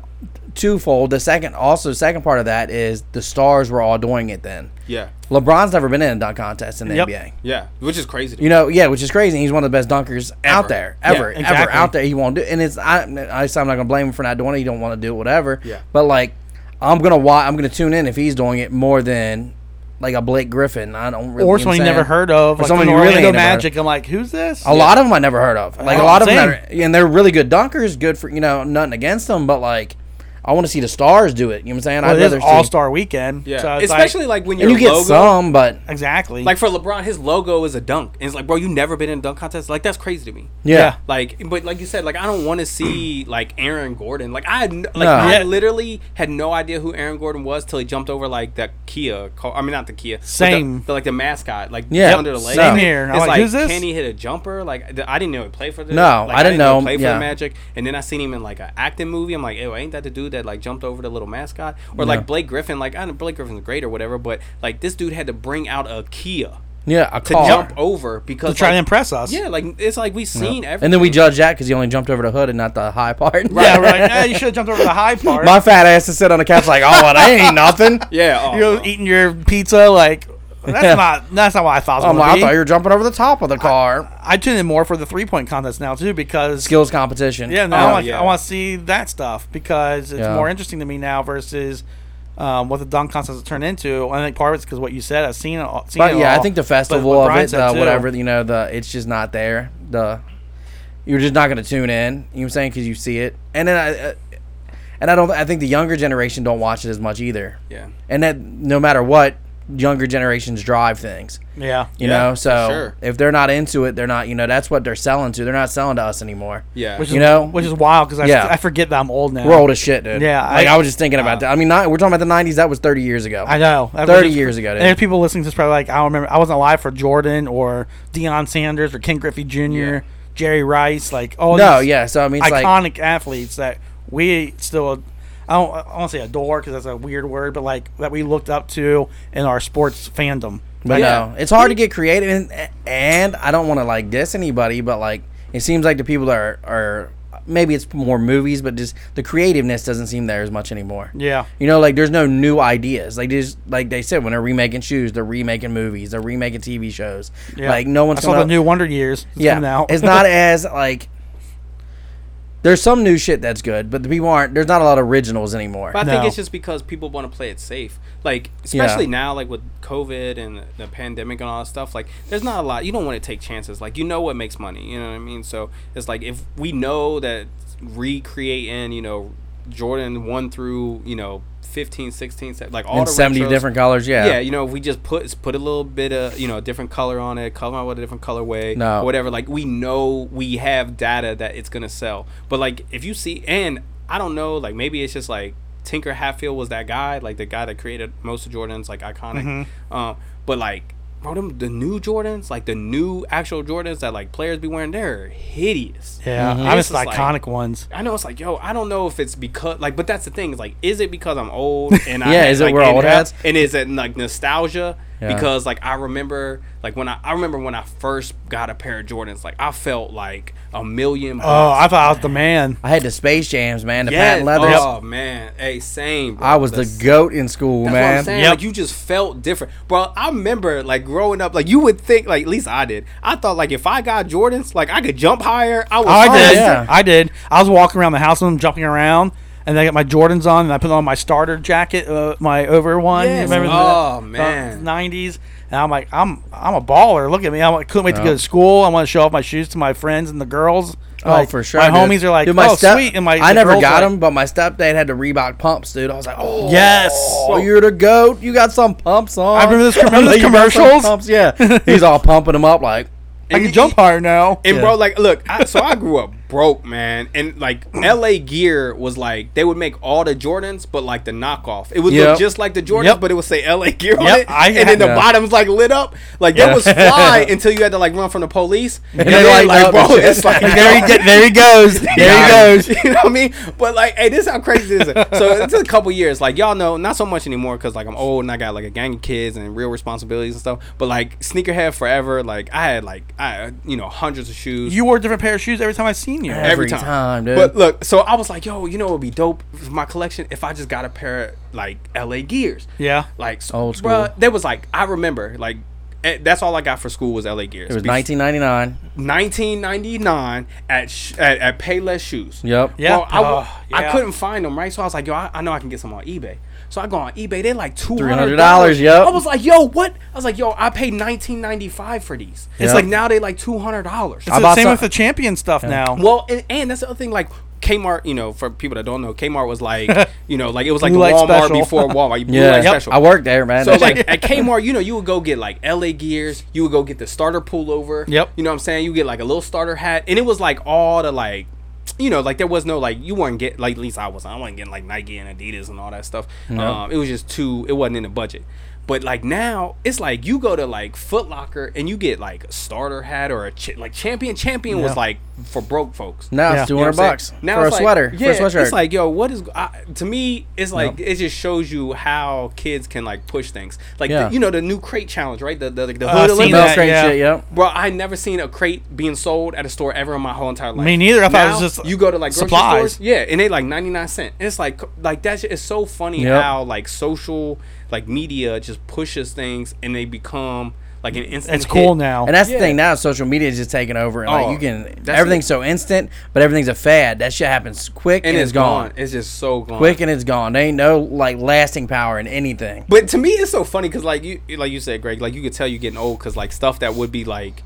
S1: twofold. The second, also the second part of that is the stars were all doing it then.
S3: yeah,
S1: LeBron's never been in a dunk contest in the
S2: Yep.
S1: NBA.
S3: yeah, which is crazy. To me.
S1: You know, yeah, which is crazy. He's one of the best dunkers
S3: Ever.
S1: out there,
S3: Yeah,
S1: ever, ever
S2: exactly.
S1: out there. He won't do, and it's I. I I'm not gonna blame him for not doing it. He don't want to do it, whatever.
S3: Yeah.
S1: But like, I'm gonna watch. I'm gonna tune in if he's doing it more than like a Blake Griffin. I don't really.
S2: Or
S1: you know what
S2: someone you
S1: I'm
S2: never
S1: saying?
S2: heard of,
S1: Or
S2: like
S1: someone
S2: the
S1: you really
S2: Orlando
S1: ain't never heard of.
S2: Magic. I'm like, who's this?
S1: A lot of them I never heard of. Like a
S2: Oh,
S1: lot of them,
S2: same.
S1: that are, and they're really good dunkers. Good for you know nothing against them, but like I want to see the stars do it. You know what I'm saying?
S2: Well, it is
S1: see-
S2: All Star Weekend.
S3: Yeah,
S2: so it's like-
S3: especially like, when
S1: and
S3: your
S1: you get
S3: logo,
S1: some, but
S2: exactly.
S3: like for LeBron, his logo is a dunk. And it's like, bro, you never been in a dunk contest. Like that's crazy to me.
S1: yeah,
S3: Like, but like you said, like I don't want to see like Aaron Gordon. Like I, had n- like
S1: No.
S3: I
S2: Yeah.
S3: literally had no idea who Aaron Gordon was till he jumped over like that Kia. Car, I mean, not the Kia. but the-
S2: Same.
S3: the- like the mascot. Like
S1: Yeah.
S3: under the leg.
S1: Same
S3: Like,
S2: here. I'm
S3: It's
S2: like,
S3: like,
S2: who's this?
S3: can he hit a jumper? Like th- I didn't know he played for the.
S1: No,
S3: like,
S1: I didn't know
S3: he
S1: him.
S3: played for
S1: Yeah.
S3: the Magic. And then I seen him in like an acting movie. I'm like, ew, ain't that the dude that like jumped over the little mascot? Or like
S1: Yeah.
S3: Blake Griffin. Like I don't know Blake Griffin's great or whatever, but like this dude had to bring out a Kia.
S1: Yeah, a
S3: to
S1: car.
S3: jump over because
S2: to try
S3: like,
S2: and impress us.
S3: Yeah, like it's like we've seen everything.
S1: And then we judge that because he only jumped over the hood and not the high part.
S2: Yeah, we're like, nah, you should have jumped over the high part.
S1: My fat ass is sitting on the couch like, oh, well, that ain't nothing.
S3: Yeah, oh,
S2: You're
S3: no.
S2: eating your pizza like that's
S1: Yeah.
S2: not that's not what I thought. It was
S1: I'm
S2: gonna
S1: like, I
S2: be.
S1: thought you were jumping over the top of the car.
S2: I tune in more for the three point contest now too because
S1: Skills competition.
S2: yeah,
S1: Oh,
S2: now I, want,
S3: yeah.
S2: I want to see that stuff because it's
S1: Yeah.
S2: more interesting to me now versus um, what the dunk contest has turned into. I think part of it's because what you said. I've seen it. All, seen
S1: But
S2: it
S1: yeah, I
S2: all.
S1: think the
S2: But what
S1: festival of
S2: Brian
S1: it,
S2: said,
S1: the
S2: too,
S1: whatever, you know, the it's just not there. The you're just not going to tune in. You know what I'm saying? Because you see it, and then I, uh, and I don't. I think the younger generation don't watch it as much either.
S3: yeah,
S1: And that no matter what, younger generations drive things.
S2: Yeah,
S1: You
S3: Yeah,
S1: know,
S3: for
S1: so
S3: sure.
S1: if they're not into it, they're not. You know, that's what they're selling to. They're not selling to us anymore.
S3: yeah.
S2: which
S1: you
S2: is,
S1: know?
S2: which is wild because I,
S1: Yeah.
S2: I forget that I'm old now.
S1: We're old as shit, dude.
S2: Yeah,
S1: like I,
S2: I-
S1: was just thinking about that. I mean, not, we're talking about the '90s. That was 30 years ago.
S2: I know. That
S1: 30
S2: was-
S1: years ago, dude.
S2: And there's people listening to this probably like, I don't remember. I wasn't alive for Jordan or Deion Sanders or Ken Griffey Jr., Jerry Rice, like all
S1: no,
S2: these
S1: yeah. So I mean, it's like
S2: iconic athletes that we still, I don't, I don't want to say adore because that's a weird word, but like that we looked up to in our sports fandom.
S1: But
S2: Like,
S1: no, it's hard to get creative, and, and I don't want to like diss anybody, but like it seems like the people that are, are maybe it's more movies, but just the creativeness doesn't seem there as much anymore.
S2: Yeah.
S1: you know, like there's no new ideas. Like just like they said, when they're remaking shoes, they're remaking movies, they're remaking TV shows.
S2: Yeah.
S1: Like no one's
S2: I saw
S1: coming
S2: the
S1: up-
S2: new Wonder Years. It's
S1: yeah,
S2: coming out.
S1: it's not as like. There's some new shit that's good, but the people aren't. There's not a lot of originals anymore.
S3: But I think
S2: No.
S3: it's just because people want to play it safe. Like, especially now, like with COVID and the pandemic and all that stuff, like, there's not a lot. You don't want to take chances. Like, you know what makes money. You know what I mean? So it's like, if we know that recreating, you know, Jordan 1 through, you know, 15, 16, se- like all
S1: In
S3: the
S1: 70
S3: retros-
S1: different colors, yeah.
S3: Yeah, you know, if we just put put a little bit of, you know, a different color on it, color on with a different colorway,
S1: No.
S3: or whatever. Like we know we have data that it's gonna sell. But like if you see and I don't know, like maybe it's just like Tinker Hatfield was that guy, like the guy that created most of Jordan's like iconic.
S1: Mm-hmm.
S3: Uh, but like bro, them the new Jordans, like the new actual Jordans that like players be wearing, they're hideous.
S2: Yeah,
S3: Mm-hmm. It's
S2: I miss the
S3: just like-
S2: iconic ones.
S3: I know it's like, yo, I don't know if it's because like, but that's the thing. Is like, is it because I'm old and I
S1: Yeah,
S3: had,
S1: is it
S3: like,
S1: we're
S3: and
S1: old
S3: have-
S1: hats?
S3: And is it like nostalgia?
S1: Yeah.
S3: Because like I remember, like when I I remember when I first got a pair of Jordans, like I felt like a million.
S2: Oh,
S3: bucks.
S2: I thought I was the man.
S1: I had the Space Jams, man, the
S3: yeah.
S1: patent leathers.
S3: Oh man, hey, same. Bro.
S1: I was
S3: That's-
S1: the goat in school,
S3: that's
S1: man.
S3: what I'm saying.
S2: Yep.
S3: Like you just felt different, bro. I remember like growing up, like you would think, like at least I did. I thought like if I got Jordans, like I could jump higher. I was.
S2: Oh, I
S3: hard.
S2: did.
S1: Oh, yeah.
S2: I did. I was walking around the house with them, jumping around, and I got my Jordans on, and I put on my starter jacket, uh, my over one.
S3: Yes.
S2: Remember
S3: Oh,
S2: the,
S3: man.
S2: nineties. And I'm like, I'm I'm a baller. Look at me. I couldn't wait to go to school. I want to show off my shoes to my friends and the girls.
S1: Oh,
S2: Like,
S1: for sure.
S2: My
S1: dude.
S2: homies are like,
S1: Dude, my
S2: oh,
S1: step-
S2: sweet. And my
S1: I
S2: the
S1: never
S2: girls
S1: got
S2: like,
S1: them, but my stepdad had the Reebok pumps, dude. I was like, oh,
S2: Yes.
S1: you're the goat. You got some pumps on.
S2: I remember this-
S1: I
S2: remember
S1: know
S2: those
S1: you got some
S2: commercials?
S1: Pumps, yeah. He's all pumping them up, like,
S2: I can jump higher now.
S3: And
S1: Yeah.
S3: bro, like, look, I, so I grew up broke, man, and like L.A. Gear was like they would make all the Jordans, but like the knockoff. It would
S1: Yep.
S3: look just like the Jordans,
S2: Yep.
S3: but it would say L.A. Gear on
S2: Yep,
S3: it,
S2: I
S3: and
S2: had-
S3: then the
S1: yeah.
S3: bottoms like lit up. Like that was fly until you had to like run from the police, and,
S1: they
S3: then
S1: light
S3: like,
S1: up
S3: bro,
S1: and "Oh, shit.
S3: it's like
S2: uh, there, he get, there he goes. There
S3: Yeah.
S2: he goes.
S3: You know what I mean? But like, hey, this is how crazy this is. So it's a couple years. Like y'all know, not so much anymore because like I'm old and I got like a gang of kids and real responsibilities and stuff. But like sneakerhead forever. Like I had like I you know hundreds of shoes.
S2: You wore a different pair of shoes every time I seen you.
S1: Every time, dude.
S3: But look, so I was like, yo, you know, it'd be dope for my collection if I just got a pair of like LA Gears.
S2: Yeah.
S3: Like so,
S1: Old
S3: Bruh,
S1: school.
S3: there was like I remember like. eh, That's all I got for school was LA Gears.
S1: it was 1999.
S3: 1999 at sh- at, at Payless Shoes.
S1: Yep.
S2: Yeah.
S3: Bro, I, wa-
S2: Oh,
S3: I
S2: yeah.
S3: couldn't find them, right? So I was like, yo, I, I know I can get some on eBay. So I go on eBay. They're like two hundred
S1: $300, yep.
S3: I was like, yo, what? I was like, yo, I paid nineteen ninety five for these. It's
S1: Yep.
S3: like now they like two hundred dollars.
S2: It's the
S1: bought
S2: same
S1: some-
S2: with the champion stuff now.
S3: Well, and, and that's the other thing. Like Kmart, you know, for people that don't know, Kmart was like, you know, like it was like
S2: Blue
S3: the
S2: light
S3: Walmart
S2: special.
S3: before Walmart. Blue
S1: Yeah.
S3: light special.
S1: I worked there, man.
S3: So like at Kmart, you know, you would go get like LA gears, you would go get the starter pullover.
S2: Yep.
S3: You know what I'm saying? You get like a little starter hat. And it was like all the like you know, like there was no like you weren't get like at least I wasn't I wasn't getting like Nike and Adidas and all that stuff. Um, it was just too it wasn't in the budget. But like now, it's like you go to like Foot Locker and you get like a starter hat or a ch- like champion. Champion
S2: Yeah.
S3: was like for broke folks.
S1: Now
S2: Yeah.
S1: it's two hundred
S3: You know what I'm
S1: bucks
S3: saying?
S1: for a
S3: it's like-
S1: sweater.
S3: Yeah,
S1: for a sweatshirt.
S3: it's like yo, what is? I, to me, it's like
S1: Yep.
S3: it just shows you how kids can like push things. Like
S1: Yeah.
S3: the, you know the new crate challenge, right? The the, the, the
S2: Uh,
S3: hood
S2: seen
S3: Olympics.
S1: Milk
S2: that,
S1: crate
S2: yeah.
S1: shit, yep.
S3: Bro, I had never seen a crate being sold at a store ever in my whole entire life.
S2: Me neither. I thought it was just
S3: you go to like grocery
S2: supplies.
S3: stores, yeah, and they like ninety nine cent. It's like like that. Shit, it's so funny
S1: Yep.
S3: how like social like media just pushes things and they become like an instant.
S2: It's cool
S3: hit.
S2: now.
S1: And that's
S3: Yeah.
S1: the thing now, social media is just taking over. And
S3: Oh,
S1: like you can,
S3: that's
S1: everything's
S3: it.
S1: so instant, but everything's a fad. That shit happens quick
S3: and
S1: and, it's gone.
S3: It's just so gone.
S1: Quick and it's gone. There ain't no like lasting power in anything.
S3: But to me, it's so funny because like you, like you said, Greg, like you could tell you're getting old because like stuff that would be like,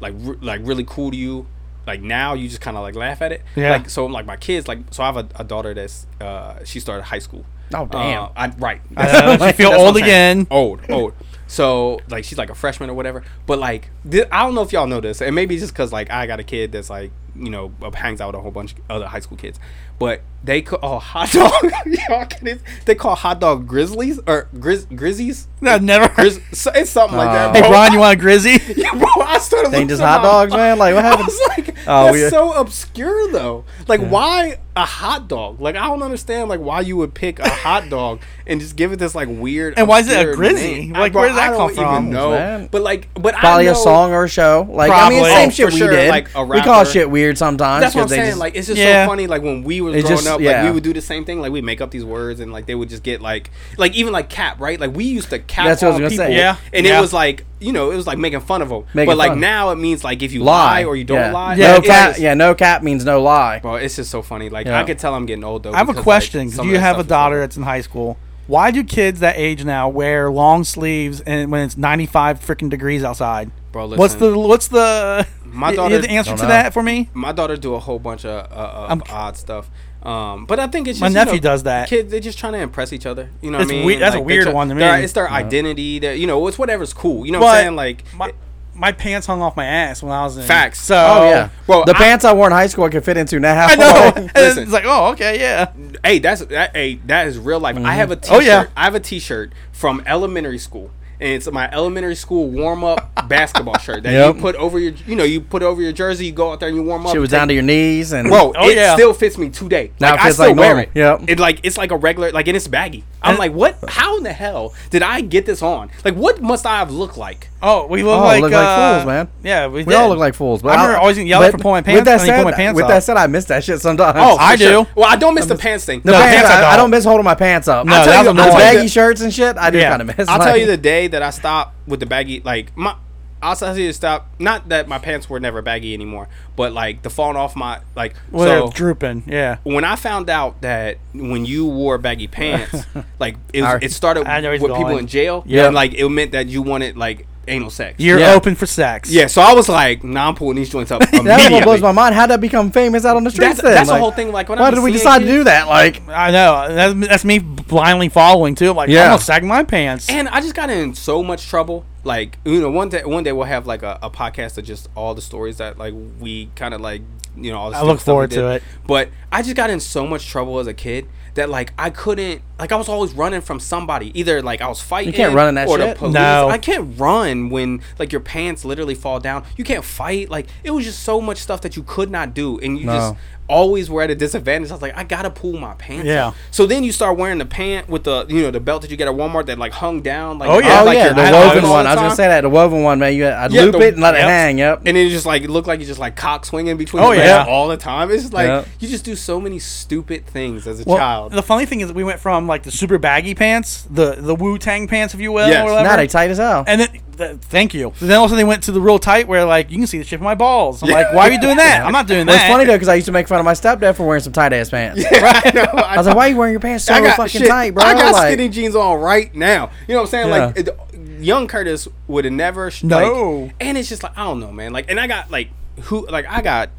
S3: like re- like really cool to you, like now you just kind of like laugh at it.
S2: Yeah.
S3: Like so, like my kids, like so I have a, a daughter that's uh she started high school.
S1: Oh, damn.
S3: Uh, I, right.
S2: Uh, you feel
S3: That's what
S2: old
S3: I'm saying.
S2: again.
S3: Old, old. So like she's like a freshman or whatever. But like thi- I don't know if y'all know this, and maybe it's just because like I got a kid that's like you know hangs out with a whole bunch of other high school kids, but they call oh, hot dog. y'all kidding? They call hot dog grizzlies or grizz grizzies.
S2: I've never.
S3: Grizz, so- it's something like that.
S1: Oh.
S2: Hey,
S3: Bro.
S2: Brian, you want a Grizzy?
S3: Yeah, bro, I started.
S1: They
S3: looking
S1: ain't just
S3: at
S1: hot
S3: my-
S1: dogs, man. Like what
S3: I
S1: happened?
S3: was like,
S1: Oh,
S3: that's
S1: we-
S3: so obscure though. Like, why a hot dog? Like, I don't understand. Like, why you would pick a hot dog and just give it this like weird
S2: And why is it a
S3: obscure
S2: Grizzy?
S3: name?
S2: Like, where does that
S3: I
S2: come
S3: don't even
S2: from?
S3: know.
S1: Man.
S3: But like, but
S1: Probably
S3: I
S1: a
S3: know-
S1: song or a show. Like I mean,
S2: Probably.
S1: it's the same
S2: Oh,
S1: shit
S3: for
S1: we
S3: sure,
S1: did.
S3: like a
S1: we call
S3: rapper.
S1: shit weird sometimes.
S3: That's what I'm
S1: 'cause they
S3: saying.
S1: just-
S3: like, it's just
S2: Yeah.
S3: so funny. Like when we was
S1: It's
S3: growing
S1: just-
S3: up, like
S1: yeah.
S3: we would do the same thing. Like we make up these words, and like they would just get like, like even like cap, right? Like we used to cap
S1: That's what I
S3: on
S1: was gonna
S3: people,
S1: say.
S2: Yeah.
S3: and
S2: Yeah.
S3: it was like you know it was like making fun of them.
S1: Making
S3: but like
S1: fun.
S3: now it means like if you
S1: lie
S3: lie, or you don't
S1: yeah.
S3: lie,
S1: Yeah,
S3: like,
S1: no
S3: it's
S1: cap.
S3: just-
S1: Yeah, no cap means no lie.
S3: Bro, it's just so funny. Like
S1: Yeah.
S3: I could tell I'm getting old though.
S2: I have a
S3: because, like,
S2: question. 'cause
S3: some of
S2: you
S3: that
S2: have a
S3: stuff is
S2: daughter
S3: old.
S2: that's in high school. Why do kids that age now wear long sleeves and when it's ninety five freaking degrees outside?
S3: Bro,
S2: what's
S3: listen.
S2: the what's the
S3: My
S2: you- you
S3: daughter-
S2: have the answer
S1: Don't
S2: to
S1: know.
S2: that for me?
S3: My daughter do a whole bunch of, uh,
S2: I'm-
S3: of odd stuff. Um, but I think it's
S2: My
S3: just
S2: nephew
S3: you know,
S2: does that.
S3: Kids, they're just trying to impress each other. You know, what
S2: It's
S3: I mean,
S2: wei- that's a
S3: they're
S2: weird
S3: try-
S2: one to
S3: they're-
S2: me.
S3: It's their identity. That you know, it's whatever's cool. You know
S2: But
S3: what I'm saying? Like,
S2: my, my pants hung off my ass when I was in
S3: Facts.
S2: So
S1: Oh yeah,
S3: bro,
S1: the
S3: I-
S1: pants I wore in high school I could fit into now.
S2: I know. And
S3: Listen.
S2: it's like, oh okay, yeah.
S3: hey, that's that, hey, that is real life. I have a
S1: Mm-hmm.
S3: t-shirt.
S2: Oh, yeah.
S3: I have a t-shirt from elementary school. And it's my elementary school warm up basketball shirt that
S1: Yep.
S3: you put over your, you know, you put over your jersey. You go out there and you warm up.
S1: Shit was
S3: take-
S1: down to your knees and
S3: Bro,
S2: Oh,
S3: it
S2: yeah.
S3: still fits me today.
S1: Now
S3: Like
S1: it
S3: I
S1: fits
S3: still
S1: like
S3: wear
S1: normal.
S3: it.
S1: Yep.
S3: It like it's like a regular like and it's baggy. I'm
S2: And-
S3: like, what? How in the hell did I get this on? Like, what must I have looked like?
S2: Oh, we look
S1: Oh,
S2: like
S1: look like
S2: uh,
S1: fools, man.
S2: Yeah, we,
S1: We
S2: did.
S1: all look like fools. But
S2: I remember always getting yelled at
S1: but
S2: for pulling my pants-
S1: With that
S2: I mean,
S1: said,
S2: pull my pants
S1: with
S2: up.
S1: that said, I miss that shit sometimes.
S3: Oh, for
S2: I
S3: sure.
S2: do.
S3: Well, I don't miss the pants thing.
S1: the
S2: No,
S1: pants.
S2: pants are
S1: I, I
S2: gone.
S1: don't miss holding my pants up.
S2: No,
S1: I
S2: that
S1: tell you,
S2: was
S1: the
S2: annoying.
S1: baggy shirts and shit. I do
S2: Yeah.
S1: kind of miss.
S3: I'll
S1: like-
S3: tell you the day that I stopped with the baggy, like my. I'll tell you to stop. Not that my pants were never baggy anymore, but like the falling off my like.
S2: well,
S3: so
S2: drooping. Yeah.
S3: when I found out that when you wore baggy pants, like it, was,
S1: Our-
S3: it started
S2: I know where he's
S3: with people
S2: going.
S3: in jail.
S1: Yeah.
S3: and like it meant that you wanted like anal sex.
S2: You're
S1: Yeah.
S2: open for sex.
S3: Yeah, so I was like, nah, I'm pulling these joints up
S1: That
S3: immediately.
S1: one blows my mind. How did I become famous out on the streets?
S3: That's-
S1: then?
S3: that's the
S1: Like,
S3: whole thing, like, when
S1: why
S3: I'm
S1: did we
S3: seeing
S1: decide to
S3: kids-
S1: do that? Like,
S2: I know. That's, that's me blindly following too. I'm like,
S1: Yeah.
S2: I'm gonna sag my pants.
S3: and I just got in so much trouble. Like, you know, one day, one day we'll have like a, a podcast of just all the stories that like we kind of like, you know, all the
S2: I look
S3: stuff we
S2: forward to
S3: did.
S2: it.
S3: But I just got in so much trouble as a kid that like I couldn't, like I was always running from somebody. Either like I was fighting,
S1: run in that
S3: or the
S1: shit?
S3: police.
S2: No.
S3: I can't run when like your pants literally fall down. You can't fight. Like it was just so much stuff that you could not do, and you
S1: No.
S3: just always were at a disadvantage. I was like, I gotta pull my pants. up.
S2: Yeah.
S3: So then you start wearing the pant with the you know the belt that you get at Walmart that like hung down like
S2: Oh, yeah.
S3: I
S1: oh
S3: like
S1: yeah,
S3: your
S1: the
S3: eyes
S1: woven
S3: all the
S1: one. I was gonna
S3: time.
S1: say that the woven one, man. You, I'd
S3: Yeah,
S1: loop
S3: the-
S1: it and let
S2: yep.
S1: it hang. Yep.
S3: And it just like looked like you just like cock swinging between.
S2: Oh,
S3: the legs
S2: yeah.
S3: all the time. It's just like
S1: Yep.
S3: you just do so many stupid things as a
S2: Well,
S3: child.
S2: The funny thing is, we went from like the super baggy pants, the the Wu Tang pants, if you will,
S3: Yes.
S2: or
S1: now
S2: whatever.
S1: they tight as hell.
S2: and then, th- thank you. So then all of a sudden they went to the real tight, where like you can see the shit of my balls. I'm like, why are you doing that? I'm not doing
S1: Well,
S2: that.
S1: it's funny though because I used to make fun of my stepdad for wearing some tight ass pants.
S3: I, know,
S1: I was like, "Why are you wearing your pants so
S3: I got
S1: fucking
S3: shit,
S1: tight, bro?"
S3: I got
S1: like,
S3: skinny jeans on right now. You know what I'm saying? Like
S1: Yeah.
S3: it, young Curtis would have never. sh-
S2: No.
S3: Like, and it's just like I don't know, man. Like, and I got like who like I got.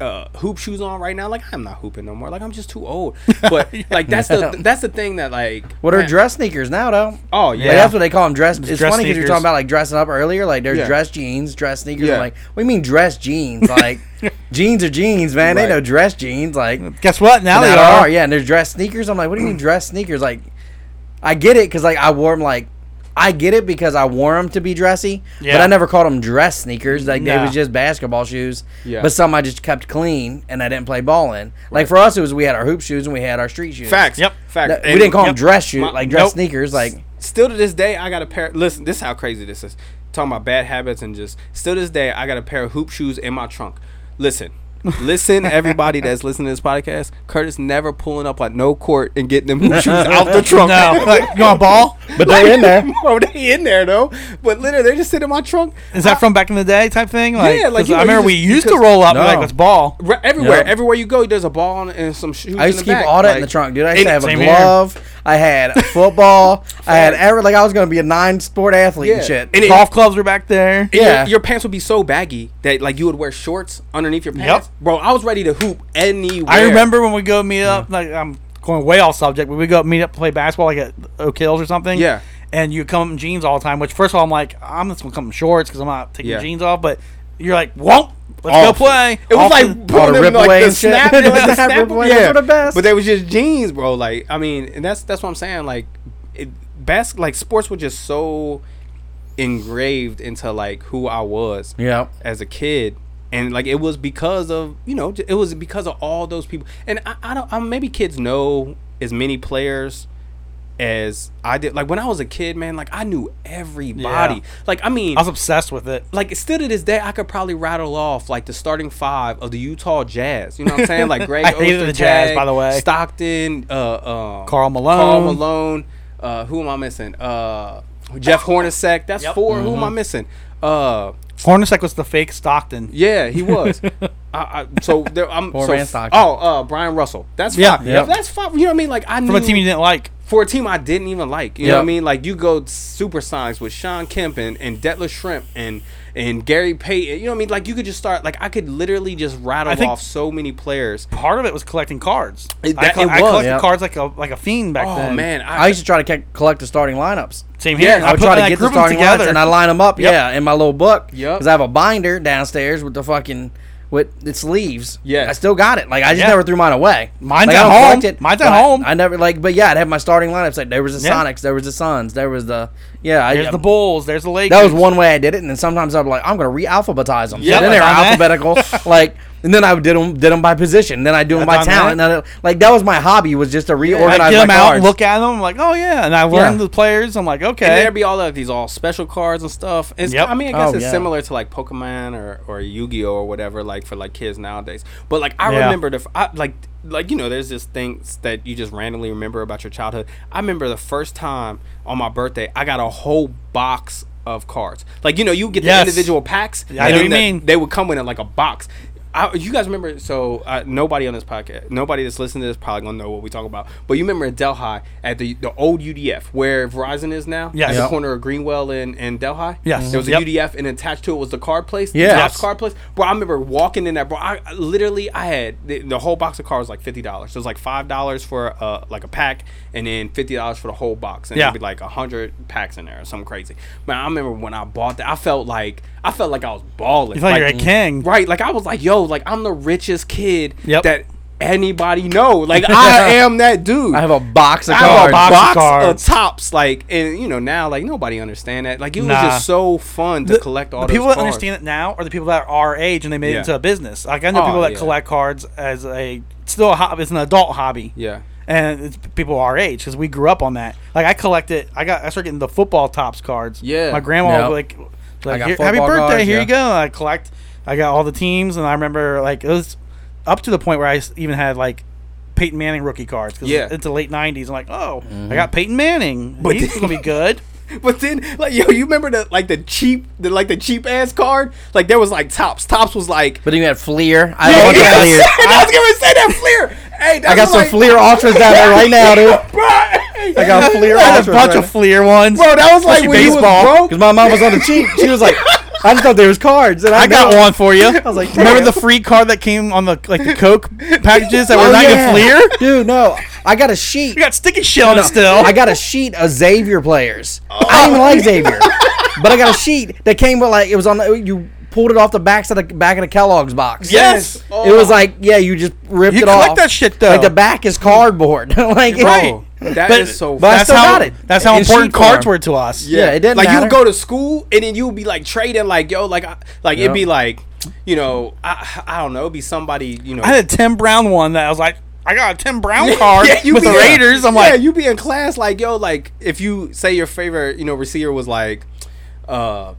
S3: Uh, hoop shoes on right now like i'm not hooping no more like i'm just too old but like that's the that's the thing that like
S1: What are
S3: man,
S1: dress sneakers now though?
S3: Oh,
S1: Like,
S3: yeah.
S1: that's what they call them. Dress. It's
S2: dress
S1: funny because you're
S2: sneakers.
S1: talking about like dressing up earlier. Like there's
S3: Yeah.
S1: dress jeans, dress sneakers.
S3: Yeah.
S1: I'm like, we mean dress jeans. Like jeans are jeans, man. They
S3: Right.
S1: know dress jeans. Like
S2: Guess what? Now
S1: now
S2: they
S1: there
S2: are.
S1: Yeah, and there's dress sneakers. I'm like, what do you mean dress sneakers? Like, I get it because like I wore them like I get it because I wore them to be dressy, but
S2: Yeah.
S1: I never called them dress sneakers. Like they
S2: Nah.
S1: was just basketball shoes.
S3: Yeah.
S1: But some I just kept clean and I didn't play ball in. Like for us, it was we had our hoop shoes and we had our street shoes.
S3: Facts.
S2: Yep.
S3: Facts.
S1: That- we
S3: And-
S1: didn't call
S3: Yep.
S1: them dress shoes,
S3: My-
S1: like dress
S2: nope.
S1: sneakers. Like
S3: Still to this day, I got a pair. Listen, this is how crazy this is. Talking about bad habits and just still to this day, I got a pair of hoop shoes in my trunk. Listen, listen, everybody that's listening to this podcast, Curtis never pulling up on no court and getting them hoop shoes out the trunk.
S2: Uh, No,
S3: Like,
S2: you want a ball?
S1: but they're in there.
S3: bro, they in there though. But literally, they're just sitting in my trunk.
S2: Is that from back in the day type thing? Like,
S3: Yeah, like,
S2: 'cause
S3: you know,
S2: I
S3: you
S2: remember we
S3: just-
S2: used to
S3: because-
S2: roll up and be
S1: No.
S2: like let's ball.
S3: Re- everywhere,
S1: Yeah.
S3: everywhere you go, there's a ball and some shoes.
S1: I used to
S3: in the
S1: keep
S3: back.
S1: all that in
S3: Like,
S1: the trunk, dude. I used
S3: and-
S1: to have a
S2: same here.
S1: glove. I had football. I had every like I was gonna be a nine sport athlete and
S3: Yeah.
S1: shit.
S3: And it-
S2: Golf clubs were back there.
S3: And your-
S1: Yeah.
S3: Your, pants would be so baggy that like you would wear shorts underneath your pants.
S2: Yep.
S3: Bro, I was ready to hoop anywhere.
S2: I remember when we go meet up. Like I'm going way off subject, but we go meet up to play basketball, like at Oak Hills or something.
S3: Yeah.
S2: And you come in jeans all the time. Which first of all, I'm like, I'm just gonna come in shorts because I'm not taking
S3: Yeah.
S2: jeans off. But you're like, whoa, let's
S3: Off.
S2: go play.
S3: It was
S2: Off
S3: like
S2: the-
S1: all
S3: pulling
S1: the
S3: them, like,
S1: rip-away
S3: the
S1: and shit.
S3: snap, like, the
S1: Yeah,
S3: snap-
S1: rip-away,
S3: yeah.
S1: those were the best.
S3: But they was just jeans, bro. Like I mean, and that's that's what I'm saying. Like, it, bas- like sports were just so engraved into like who I was
S1: Yeah.
S3: as a kid, and like it was because of you know j- it was because of all those people. And I, I don't, I, maybe kids know as many players as I did. Like when I was a kid, man, like I knew everybody.
S2: Yeah.
S3: Like I mean,
S2: I was obsessed with it.
S3: like still to this day, I could probably rattle off like the starting five of the Utah Jazz. You know what I'm saying? Like Greg
S2: I hated the Jazz,
S3: Ostertag,
S2: by the way.
S3: Stockton, uh, uh,
S2: Karl Malone.
S3: Carl Malone. Uh, who am I missing? Uh, Jeff Hornacek. That's
S2: Yep.
S3: 4 Who am I missing? Uh,
S2: Hornacek was the fake Stockton.
S3: yeah, he was. I, I, so there, I'm
S1: Poor
S3: so,
S1: man Stockton.
S3: Oh, uh, Brian Russell. That's
S2: Yeah.
S3: five.
S1: Yep.
S3: That's five. You know what I mean? Like I knew
S2: From a team you didn't like.
S3: for a team I didn't even like. You know what
S1: Yeah.
S3: I mean? Like you go super sonics with Sean Kemp and, and Detlef Shrimp and and Gary Payton. You know what I mean? Like you could just start like I could literally just rattle
S2: I think-
S3: off so many players.
S2: Part of it was collecting cards.
S3: It-
S2: I,
S3: that-
S2: col-
S3: it
S2: I
S3: was.
S2: collected
S1: Yeah.
S2: cards like a like a fiend back
S3: Oh
S2: then.
S3: man, I,
S1: I used to try to ke- collect the starting lineups.
S2: Same
S3: Yeah,
S2: here.
S3: I
S1: I
S2: I, put
S1: would try
S2: like,
S1: to get the
S2: group 'em
S1: starting
S2: together
S1: lineups and I line them up.
S2: Yep.
S1: Yeah, in my little book.
S3: Yep.
S1: Because I have a binder downstairs with the fucking with its leaves.
S3: Yeah.
S1: I still got it. Like I just
S2: Yeah.
S1: never threw mine away.
S2: Mine's
S1: like, I
S2: at
S1: don't
S2: home.
S1: collect it,
S2: Mine's at
S1: but I-
S2: home.
S1: I, never like, but yeah, I'd have my starting lineups. Like there was the
S2: Yeah.
S1: Sonics, there was the Suns, there was the yeah. I,
S2: There's the Bulls. There's the Lakers.
S1: That was one way I did it, and then sometimes I'd be like, I'm gonna re-alphabetize them.
S2: Yeah,
S1: Yeah, then they were
S2: I done that.
S1: alphabetical. like, and then I did them, did 'em by position. Then I do them by
S2: I done that.
S1: talent. and then I- like that was my hobby was just to reorganize
S2: I get
S1: my
S2: them out,
S1: cards.
S2: look at them. I'm like, oh yeah, and I learned
S1: Yeah.
S2: the players. I'm like, okay.
S3: and there'd be all of these all special cards and stuff. It's,
S2: Yep.
S3: I mean, I guess
S1: Oh,
S3: it's
S1: yeah.
S3: similar to like Pokemon or, or Yu-Gi-Oh or whatever, like for like kids nowadays. But like I
S2: Yeah.
S3: remember the f I like like you know, there's just things that you just randomly remember about your childhood. I remember the first time on my birthday, I got a whole box of cards. Like you know, you get
S2: Yes.
S3: the individual packs.
S2: Yeah, I know
S3: and
S2: what
S3: then
S2: you
S3: the-
S2: mean.
S3: They would come in like a box. I, you guys remember? So uh, nobody on this podcast, nobody that's listening to this probably gonna know what we talk about. But you remember in Delhi at the the old UDF where Verizon is now,
S2: Yes.
S3: at the
S2: Yep.
S3: corner of Greenwell and, and Delhi.
S2: Yes.
S3: There was a
S2: Yep.
S3: UDF and attached to it was the card place. the
S1: Yeah.
S3: Tops
S1: Yes.
S3: card place. Bro, I remember walking in that bro. I I literally I had the, the whole box of cards was like fifty dollars. So it was like five dollars for uh like a pack and then fifty dollars for the whole box. And
S2: Yeah.
S3: it'd be like hundred packs in there or something crazy. Man, I remember when I bought that, I felt like I felt like I was balling.
S2: You thought you were a king.
S3: Right. Like I was like, yo, like I'm the richest kid
S2: Yep.
S3: that anybody know. Like I am that dude.
S1: I have a box of
S3: I have
S1: cards.
S3: a
S2: Box of
S3: box
S2: cards.
S3: of tops, like, and you know now, like nobody understand that. Like it was
S2: Nah.
S3: just so fun to collect all
S2: the
S3: those
S2: people that
S3: cards.
S2: understand it now are the people that are our age and they made
S3: Yeah.
S2: it into a business. Like I know
S3: Oh,
S2: people that
S3: yeah.
S2: collect cards as a still a hobby. It's an adult hobby.
S3: Yeah.
S2: and it's people our age because we grew up on that. Like I collected, I got I started getting the football tops cards.
S3: Yeah.
S2: my grandma
S1: Yep.
S2: would like, like
S1: got
S2: "Here- happy
S1: football
S2: birthday,
S1: cards,
S2: here
S1: yeah.
S2: you go. And I collect, I got all the teams, and I remember like it was up to the point where I s- even had like. Peyton Manning rookie cards because
S3: Yeah. Mm-hmm.
S2: it's the late '90s. I'm like, oh, I got Peyton Manning. But he's
S3: then-
S2: gonna be good.
S3: But then, like, yo, you remember the like the cheap, the like the cheap ass card? Like there was like tops. Tops was like.
S1: But then you had Fleer. I
S3: Yeah,
S1: don't want the
S3: yeah,
S1: Fleer.
S3: I was gonna say that Fleer. Hey, that's
S1: I got some
S3: like-
S1: Fleer ultras down there right now, dude.
S3: Bruh.
S1: I got Fleer
S2: I had
S1: ultras.
S2: a bunch
S1: right
S2: of Fleer ones.
S3: Bro, that was like
S2: Especially
S3: when you was
S2: baseball.
S3: broke.
S1: Because my mom was on the cheap. She was like, I just thought there was cards, and I,
S2: I got
S1: know-
S2: one for you.
S1: I was like, "Damn."
S2: remember the free card that came on the like the Coke packages that were
S1: Oh,
S2: not
S1: yeah.
S2: even Fleer?
S1: dude. No, I got a sheet.
S2: You got sticky shit on it still. Oh.
S1: I got a sheet of Xavier players. I didn't even like Xavier, but I got a sheet that came with like it was on. The, you pulled it off the back of the back of the Kellogg's box.
S2: Yes.
S3: Oh.
S2: Oh.
S1: It was like yeah, you just ripped
S2: You
S1: it off.
S2: collect that shit, though.
S1: Like the back Oh, is cardboard. like
S2: Right.
S3: That
S2: But-
S3: is so.
S1: but I
S3: fucking-
S2: that's
S1: still
S2: how
S1: got it.
S2: that's how
S1: In
S2: important
S1: sheet form.
S2: cards were to us.
S1: Yeah, it didn't
S3: like you
S1: matter.
S3: would go to school and then you would be like trading, like yo, like I- like
S1: Yeah.
S3: it'd be like, you know, I I don't know, it'd be somebody, you know.
S2: I had a Tim Brown one that I was like, I got a Tim Brown card
S3: Yeah, you
S2: with
S3: be
S2: the
S3: in-
S2: Raiders. I'm
S3: yeah,
S2: like,
S3: you be in class like yo, like if you say your favorite, you know, receiver was like, uh,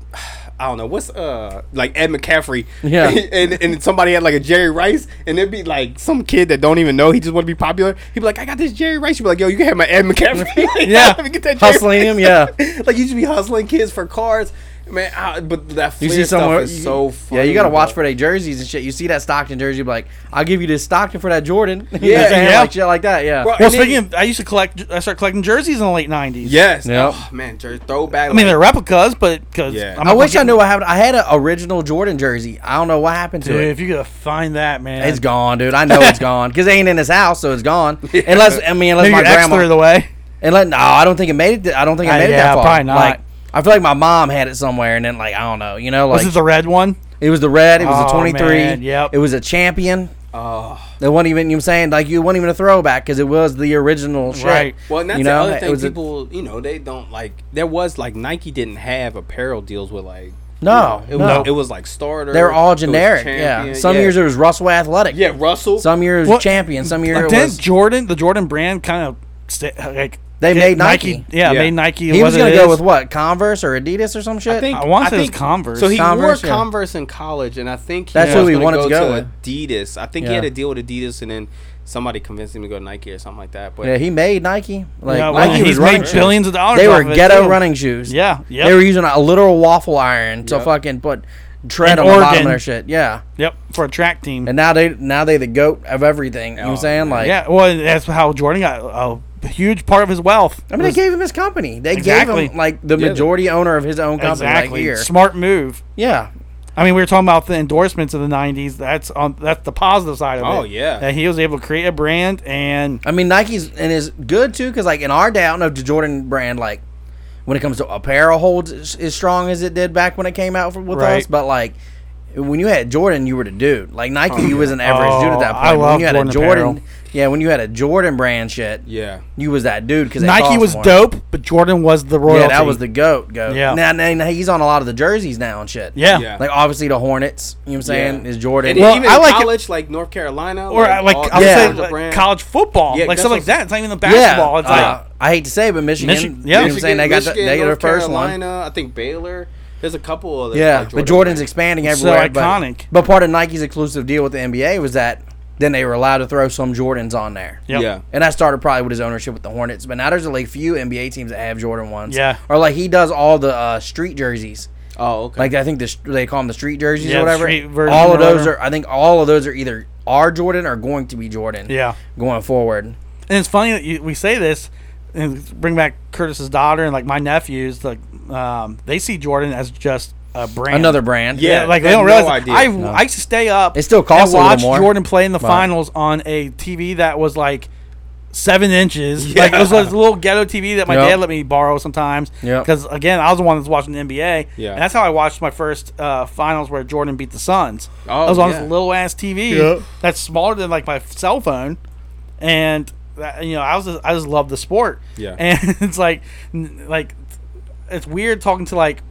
S3: I don't know, what's uh, like Ed McCaffrey,
S1: Yeah.
S3: and and somebody had like a Jerry Rice, and it'd be like some kid that don't even know he just want to be popular. He'd be like, I got this Jerry Rice. You'd be like, yo, you can have my Ed McCaffrey. Like,
S2: Yeah.
S3: let me get that Jerry
S1: Hustling him,
S3: Rice.
S1: yeah.
S3: like you just be hustling kids for cards. Man, I, but that
S1: You
S3: flair
S1: see
S3: stuff
S1: somewhere,
S3: is so
S1: yeah. You
S3: funny,
S1: got to watch
S3: bro.
S1: for their jerseys and shit. You see that Stockton jersey, be like, I'll give you this Stockton for that Jordan. Yeah,
S3: Yeah,
S2: yeah.
S1: like shit like that. Yeah,
S3: Bro,
S2: well,
S3: and then-
S2: speaking of, I used to collect. I started collecting jerseys in the late '90s.
S3: Yes.
S1: Yep.
S3: Oh, man, Jerry throwback.
S2: I mean they're replicas, but because
S3: Yeah.
S1: I wish I knew what happened. I had an original Jordan jersey. I don't know what happened to
S2: Dude,
S1: it.
S2: if you could find that man,
S1: It's gone, dude. I know it's gone because it ain't in his house, so it's gone. Unless I mean, unless
S2: Maybe
S1: my
S2: your ex
S1: grandma.
S2: threw it away.
S1: unless no, I don't think it made it. th- I don't think it
S2: Uh,
S1: made it
S2: yeah,
S1: that far.
S2: probably not.
S1: Like, I feel like my mom had it somewhere, and then like I don't know, you know, like
S2: Was it the red one?
S1: it was the red, it was the
S2: Oh,
S1: twenty three,
S2: man, yep.
S1: it was a champion.
S3: Oh.
S1: It wasn't even you know what I'm saying like you wasn't even a throwback because it was the original shit.
S2: Right.
S3: Well, and that's
S1: you
S3: the other
S1: it
S3: thing.
S1: was a-
S3: People, you know, they don't like. There was like Nike didn't have apparel deals with like.
S1: No,
S3: you know, it,
S1: no.
S3: Was, it was like starter.
S1: they were all
S3: it was
S1: generic. yeah.
S3: champion,
S1: Some years it was Russell Athletic.
S3: yeah, Russell.
S1: Some years
S2: Well,
S1: champion. Some year
S2: Like,
S1: it
S2: didn't
S1: was.
S2: Jordan, the Jordan brand, kind of sta like
S1: They
S2: get
S1: made Nike.
S2: Yeah,
S3: Yeah.
S2: made Nike.
S1: He
S2: what
S1: was
S2: it
S1: gonna go
S2: is.
S1: with what Converse or Adidas or some shit.
S3: I think
S2: I want to say it was
S3: think-
S2: Converse.
S3: So he
S1: Converse,
S3: wore
S1: yeah.
S3: Converse in college, and I think he
S1: That's
S3: was
S1: who he
S3: gonna
S1: wanted to go
S3: Adidas. I think he
S1: Yeah.
S3: had a deal with Adidas, and then somebody convinced him to go to Nike or something like that. But
S1: yeah, he made Nike. Like
S2: yeah, well,
S1: Nike
S2: he's
S1: was
S2: made
S1: running shoes.
S2: billions of dollars.
S1: They
S2: off
S1: were
S2: of it,
S1: ghetto
S2: too.
S1: running shoes.
S2: Yeah, yep.
S1: They were using a literal waffle iron to
S3: Yep.
S1: fucking put tread
S2: In
S1: on the bottom
S2: Oregon.
S1: of their shit. Yeah.
S2: Yep, for a track team.
S1: And now they now they the goat of everything. You know what I'm
S3: Oh,
S1: saying?
S3: man.
S1: Like
S2: yeah, well, that's how Jordan got a huge part of his wealth.
S1: I mean they gave him his company. They
S2: Exactly.
S1: gave him like the
S3: Yeah.
S1: majority owner of his own company
S2: exactly
S1: right here.
S2: smart move.
S1: Yeah.
S2: I mean, we were talking about the endorsements in the '90s. That's on that's the positive side of it.
S3: Oh, yeah.
S2: that he was able to create a brand and
S1: I mean Nike's and is good too because like in our day, I don't know if the Jordan brand like when it comes to apparel holds as, as strong as it did back when it came out for, with
S2: Right.
S1: us, but like when you had Jordan, you were the dude. Like Nike, you was an average dude at that
S2: Oh,
S1: point.
S2: I
S1: But
S2: love
S1: when you had
S2: Jordan
S1: a Jordan,
S2: apparel.
S1: yeah, when you had a Jordan brand shit,
S3: yeah,
S1: you was that dude because
S2: Nike was dope, but Jordan was the royalty.
S1: Yeah, that was the goat. Goat.
S2: Yeah.
S1: Yeah. Now, now- now he's on a lot of the jerseys now and shit.
S2: yeah.
S3: Yeah.
S1: Like obviously the Hornets. You know what I'm saying?
S3: Yeah.
S1: Is Jordan?
S3: and
S2: Well,
S3: even
S2: I
S3: in
S2: like it-
S3: college, like North Carolina,
S2: or uh, like
S3: all
S2: I would
S1: yeah.
S2: say
S3: kinds of
S2: like,
S3: brands.
S2: college football,
S3: Yeah,
S2: like
S3: that's
S2: stuff like
S3: what-
S2: that. It's not even the basketball. It's like
S1: uh, I hate to say, it, but Michigan.
S2: Michi-
S1: you know what I'm
S2: Michigan,
S1: saying? They got the,
S3: Michigan,
S1: they got their
S3: North
S1: first one.
S3: Carolina, I think Baylor. There's a couple of
S1: Yeah,
S3: like,
S1: but Jordan's
S3: brands.
S1: expanding
S2: It's so
S1: everywhere. but-
S2: iconic.
S1: But, part of Nike's exclusive deal with the NBA was that then they were allowed to throw some Jordans on there.
S2: Yep.
S3: Yeah.
S1: And that started probably with his ownership with the Hornets. But now there's like few NBA teams that have Jordan ones.
S2: Yeah.
S1: Or like he does all the uh, street jerseys.
S3: Oh, okay.
S1: Like I think the, sh- they call them the street jerseys
S2: Yeah, the
S1: or whatever.
S2: street version
S1: all of
S2: or
S1: those
S2: whatever.
S1: are. I think all of those are either are Jordan or going to be Jordan.
S2: Yeah.
S1: Going forward.
S2: And it's funny that you, we say this and bring back Curtis's daughter and like my nephews. Like um, they see Jordan as just a brand,
S1: Another brand.
S3: Yeah.
S2: Yeah, like they
S3: they
S2: don't
S3: have
S2: realize.
S3: no idea.
S2: I
S3: No.
S2: I used to stay up.
S1: It still costs
S2: and
S1: a little
S2: watch
S1: more,
S2: Jordan play in the
S1: but-
S2: finals on a TV that was like seven inches. Like it was a little ghetto TV that my
S1: Yep.
S2: dad let me borrow sometimes.
S1: Yep.
S2: Because again, I was the one that's watching the NBA.
S3: Yeah.
S2: And that's how I watched my first uh, finals where Jordan beat the Suns.
S3: Oh,
S2: I was on
S3: yeah.
S2: this little ass TV
S1: Yep.
S2: that's smaller than like my cell phone, and that, you know I was just, I just love the sport.
S3: Yeah.
S2: And it's like n- like it's weird talking to like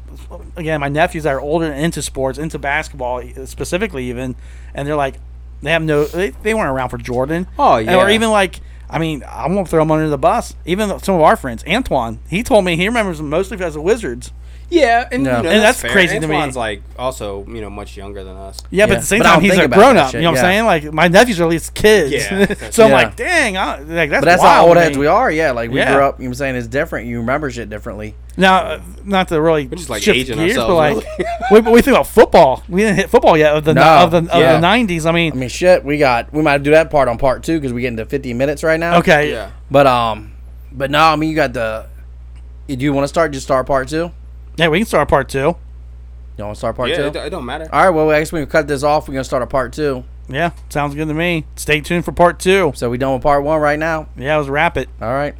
S2: again my nephews that are older and into sports into basketball e, specifically even and they're like they have no they, they weren't around for jordan
S3: Oh,
S2: And-
S3: yeah.
S2: or even like i mean i won't throw him under the bus even some of our friends antoine he told me he remembers them mostly because of wizards
S3: yeah, and,
S1: Yeah.
S3: You know,
S2: And that's
S3: fair.
S2: crazy to me.
S3: Antoine's like also you know much younger than us.
S2: yeah, but
S1: Yeah.
S2: at the same
S1: But I
S2: time
S1: don't
S2: he's
S1: think
S2: a
S1: about
S2: grown
S1: that
S2: up
S1: shit,
S2: you know what i'm
S1: yeah.
S2: saying like my nephews are at least kids
S3: Yeah, that's-
S2: so i'm
S1: Yeah.
S2: like dang I, like that's,
S1: But that's
S2: wild
S1: how old
S2: to
S1: heads
S2: me.
S1: we are. Yeah. Like we
S2: Yeah.
S1: grew up. You know what I'm saying? It's different. You remember shit differently.
S2: Now, uh, not to really
S3: just, like,
S2: shift
S3: aging
S2: gears, but like
S3: ourselves,
S2: we, we think about football. We didn't hit football yet of the
S1: No,
S2: of the of
S3: yeah.
S2: the nineties. I mean,
S1: I mean, shit, we got. We might do that part on part two because we get into 50 minutes right now.
S2: okay,
S3: Yeah.
S1: But um, but no, I mean, you got the. Do you want to start? Just start part two.
S2: yeah, we can start part two.
S1: You want to start part
S3: yeah,
S1: two?
S3: it, it don't matter.
S1: All right. Well, I guess we can cut this off. We're gonna start a part two.
S2: Yeah, sounds good to me. Stay tuned for part two.
S1: So we done with part one right now.
S2: Yeah, let's wrap it.
S1: All right.